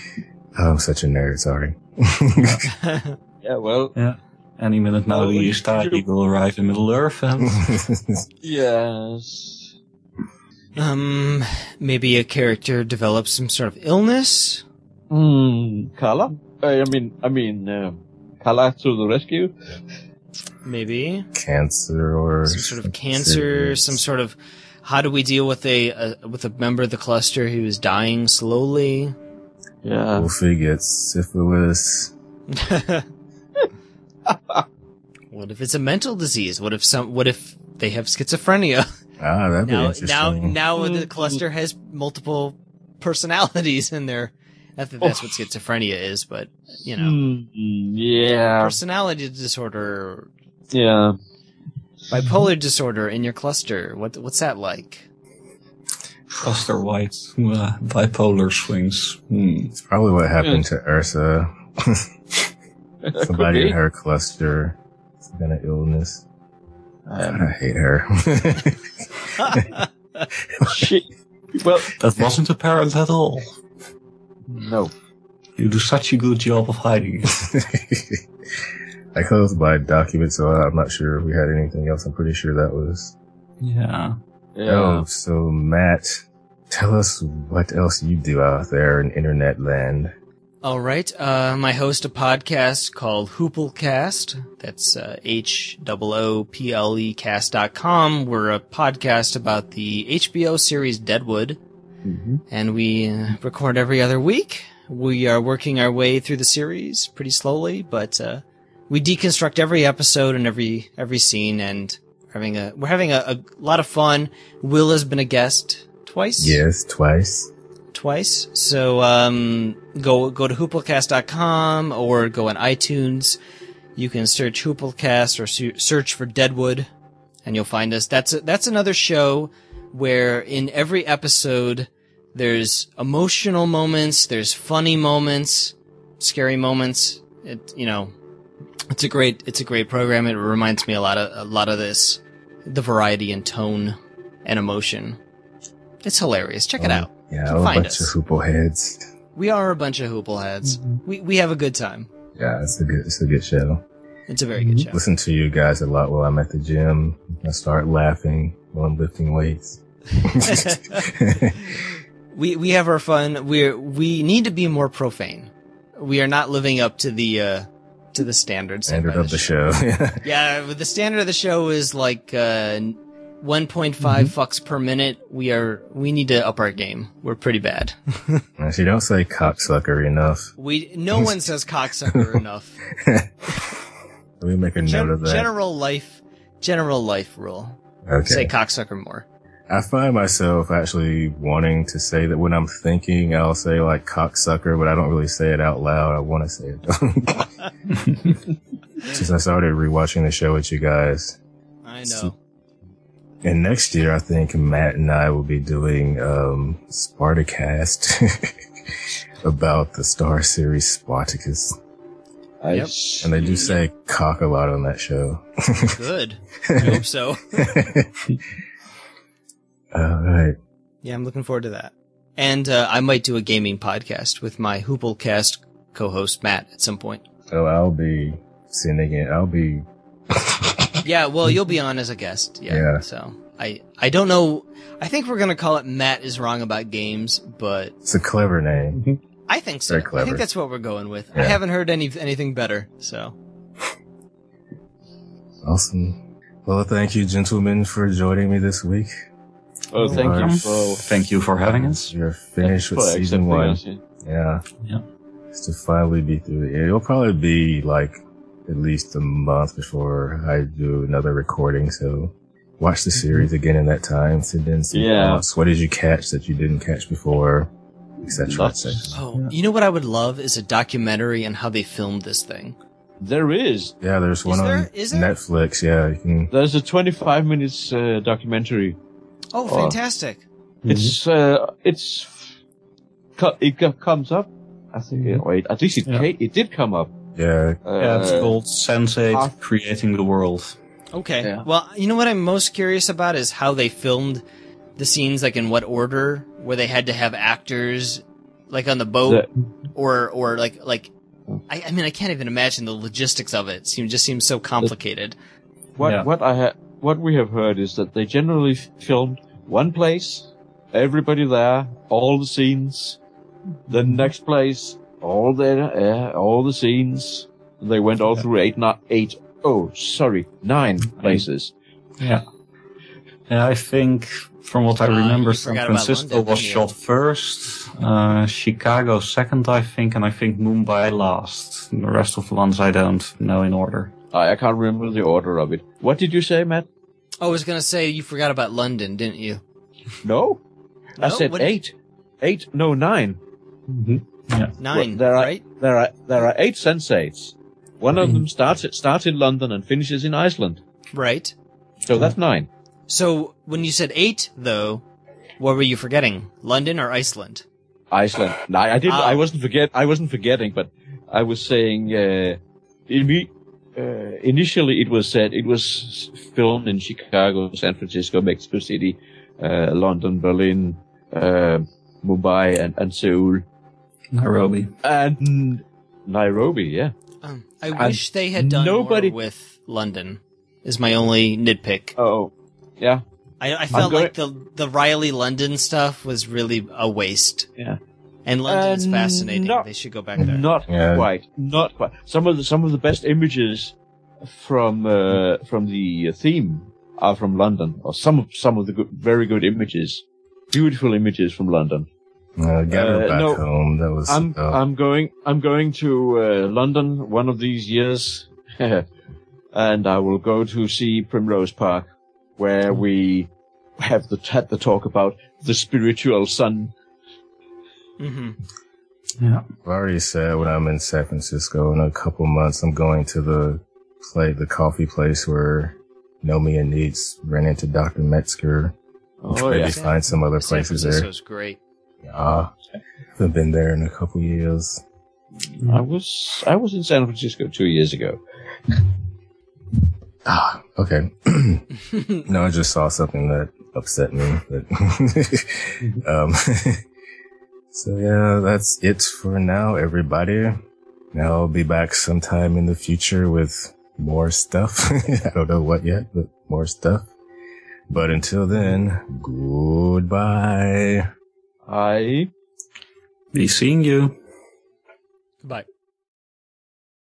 I'm such a nerd. Sorry. Yeah, well, Any minute now, Oh, the you- Istari will arrive in Middle Earth and yes. Um, maybe a character develops some sort of illness. Hmm, Mm, Kala? I mean, I mean, uh, Kala to the rescue? Maybe Cancer or some sort of cancer. Some sort of how do we deal with a, a with a member of the cluster who is dying slowly? Yeah. Wolfie gets syphilis. what if it's a mental disease? What if some? What if they have schizophrenia? Ah, that'd be now, interesting. now, now the cluster has multiple personalities in there. Not that that's what schizophrenia is, but you know, Mm, yeah. personality disorder, Yeah. bipolar disorder in your cluster. What what's that like? Cluster White, uh, bipolar swings. Hmm. It's probably what happened to Ursa. Somebody be. in her cluster. Some kind of illness. Um, God, I hate her. She, well, That wasn't apparent at all. no. You do such a good job of hiding it. I closed my document, so I'm not sure if we had anything else. I'm pretty sure that was. Yeah. Oh, Yeah. so Matt, tell us what else you do out there in internet land. All right, um, I host a podcast called Hooplecast. That's uh, H O O P L E cast dot com. We're a podcast about the HBO series Deadwood. Mm-hmm. Mhm. and we uh, record every other week. We are working our way through the series pretty slowly, but uh, we deconstruct every episode and every every scene, and we're having a we're having a, a lot of fun. Will has been a guest twice, Yes, twice. twice. So um, go go to hooplecast.com or go on iTunes. You can search Hooplecast or su- search for Deadwood, and you'll find us. That's a, that's another show where in every episode there's emotional moments, there's funny moments, scary moments. It you know, it's a great it's a great program. It reminds me a lot of a lot of this, the variety in tone and emotion. It's hilarious. Check it Oh, out. Yeah, Can a find bunch us. of hoople heads. We are a bunch of hoople heads. We we have a good time. Yeah, it's a good, it's a good show. It's a very good show. Listen to you guys a lot while I'm at the gym. I start laughing while I'm lifting weights. we we have our fun. We we need to be more profane. We are not living up to the uh, to the standards. set Standard by of the show. Yeah, but the standard of the show is like uh, 1.5 Mm-hmm. fucks per minute. We are we need to up our game. We're pretty bad. And she don't say cocksucker enough. We no one says cocksucker enough. Let me make a note of Gen- that. general life general life rule. Say okay. cocksucker more. I find myself actually wanting to say that when I'm thinking, I'll say like cocksucker, but I don't really say it out loud. I want to say it. Since I started rewatching the show with you guys, I So- know. And next year, I think Matt and I will be doing um, Spartacast about the Star Series Spartacus. I Yep. see. And they Mm. do say cock a lot on that show. Good. I hope so. All right. Yeah, I'm looking forward to that. And uh, I might do a gaming podcast with my Hooplecast co-host Matt at some point. So I'll be sending it. I'll be. Yeah, well, you'll be on as a guest. Yeah. Yeah. So I I don't know. I think we're gonna call it Matt is wrong about games, but It's a clever name. I think so. Very I clever. think that's what we're going with. I Yeah. haven't heard any anything better. So Awesome. Well, thank you, gentlemen, for joining me this week. Oh, thank you for, Thank you for having us. You're finished with for season accepting one. us. Yeah. Yeah. Just to finally be through it. It'll probably be like at least a month before I do another recording. So watch the series again in that time. Send in some Mm-hmm. Yeah. thoughts. What did you catch that you didn't catch before? Etc. Lots. etc. oh, you know what I would love is a documentary on how they filmed this thing. There is. Yeah, there's one there- on is there? Netflix. Yeah, you can. There's a 25 minutes uh, documentary. Oh, Oh. fantastic! Mm-hmm. It's uh, it's co- it co- comes up. I think uh, wait, at least it Mm-hmm. Yeah. ca- it did come up. Yeah, Uh, yeah, it's called uh, Sensate Creating the World. Okay. Yeah. Well, you know what I'm most curious about is how they filmed the scenes, like in what order, where they had to have actors, like on the boat, or or like like. I, I mean, I can't even imagine the logistics of it. Seem just seems so complicated. what Yeah. what I ha- what we have heard is that they generally f- filmed one place Everybody there, all the scenes. The next place, all there, yeah, all the scenes. They went all through eight, not eight. Oh, sorry, nine places. Yeah. Yeah, I think from what I Ah, you remember, forgot San about Francisco London, was didn't you? shot first, uh, Chicago second, I think, and I think Mumbai last. The rest of the ones I don't know in order. I, I can't remember the order of it. What did you say, Matt? Oh, I was gonna say you forgot about London, didn't you? No, I No? said What- eight. Eight? No, nine. Nine, Well, there are, right? There are there are eight sensates. One of them starts starts in London and finishes in Iceland. Right. So that's nine. So when you said eight, though, what were you forgetting? London or Iceland? Iceland. No, I didn't. Ah. I wasn't forget. I wasn't forgetting, but I was saying. Uh, imme- uh, initially, it was said it was filmed in Chicago, San Francisco, Mexico City, uh, London, Berlin, uh, Mumbai, and, and Seoul, Nairobi. and Nairobi. Yeah, Um, I wish they had done nobody- more with London. Is my only nitpick. Oh, yeah. I, I felt going- like the the Riley London stuff was really a waste. Yeah. And London is Uh, fascinating. no- they should go back there. Not Yeah. quite. Not quite. Some of the some of the best images from uh, from the theme are from London, or some of some of the good, very good images, beautiful images from London. Uh, got her Uh, back no. home. That was. I'm uh, I'm going I'm going to uh, London one of these years, and I will go to see Primrose Park, where we have the had the talk about the spiritual sun. hmm Yeah. I've already said when I'm in San Francisco in a couple months, I'm going to the play the coffee place where Nomi and Neats ran into Dr. Metzger. I'll Oh try yeah, to find some other San places there. Francisco's great. Ah, haven't been there in a couple years. I was I was in San Francisco two years ago. Ah, okay. no, I just saw something that upset me. But um, so yeah, that's it for now, everybody. Now I'll be back sometime in the future with more stuff. I don't know what yet, but more stuff. But until then, goodbye. I Be seeing you.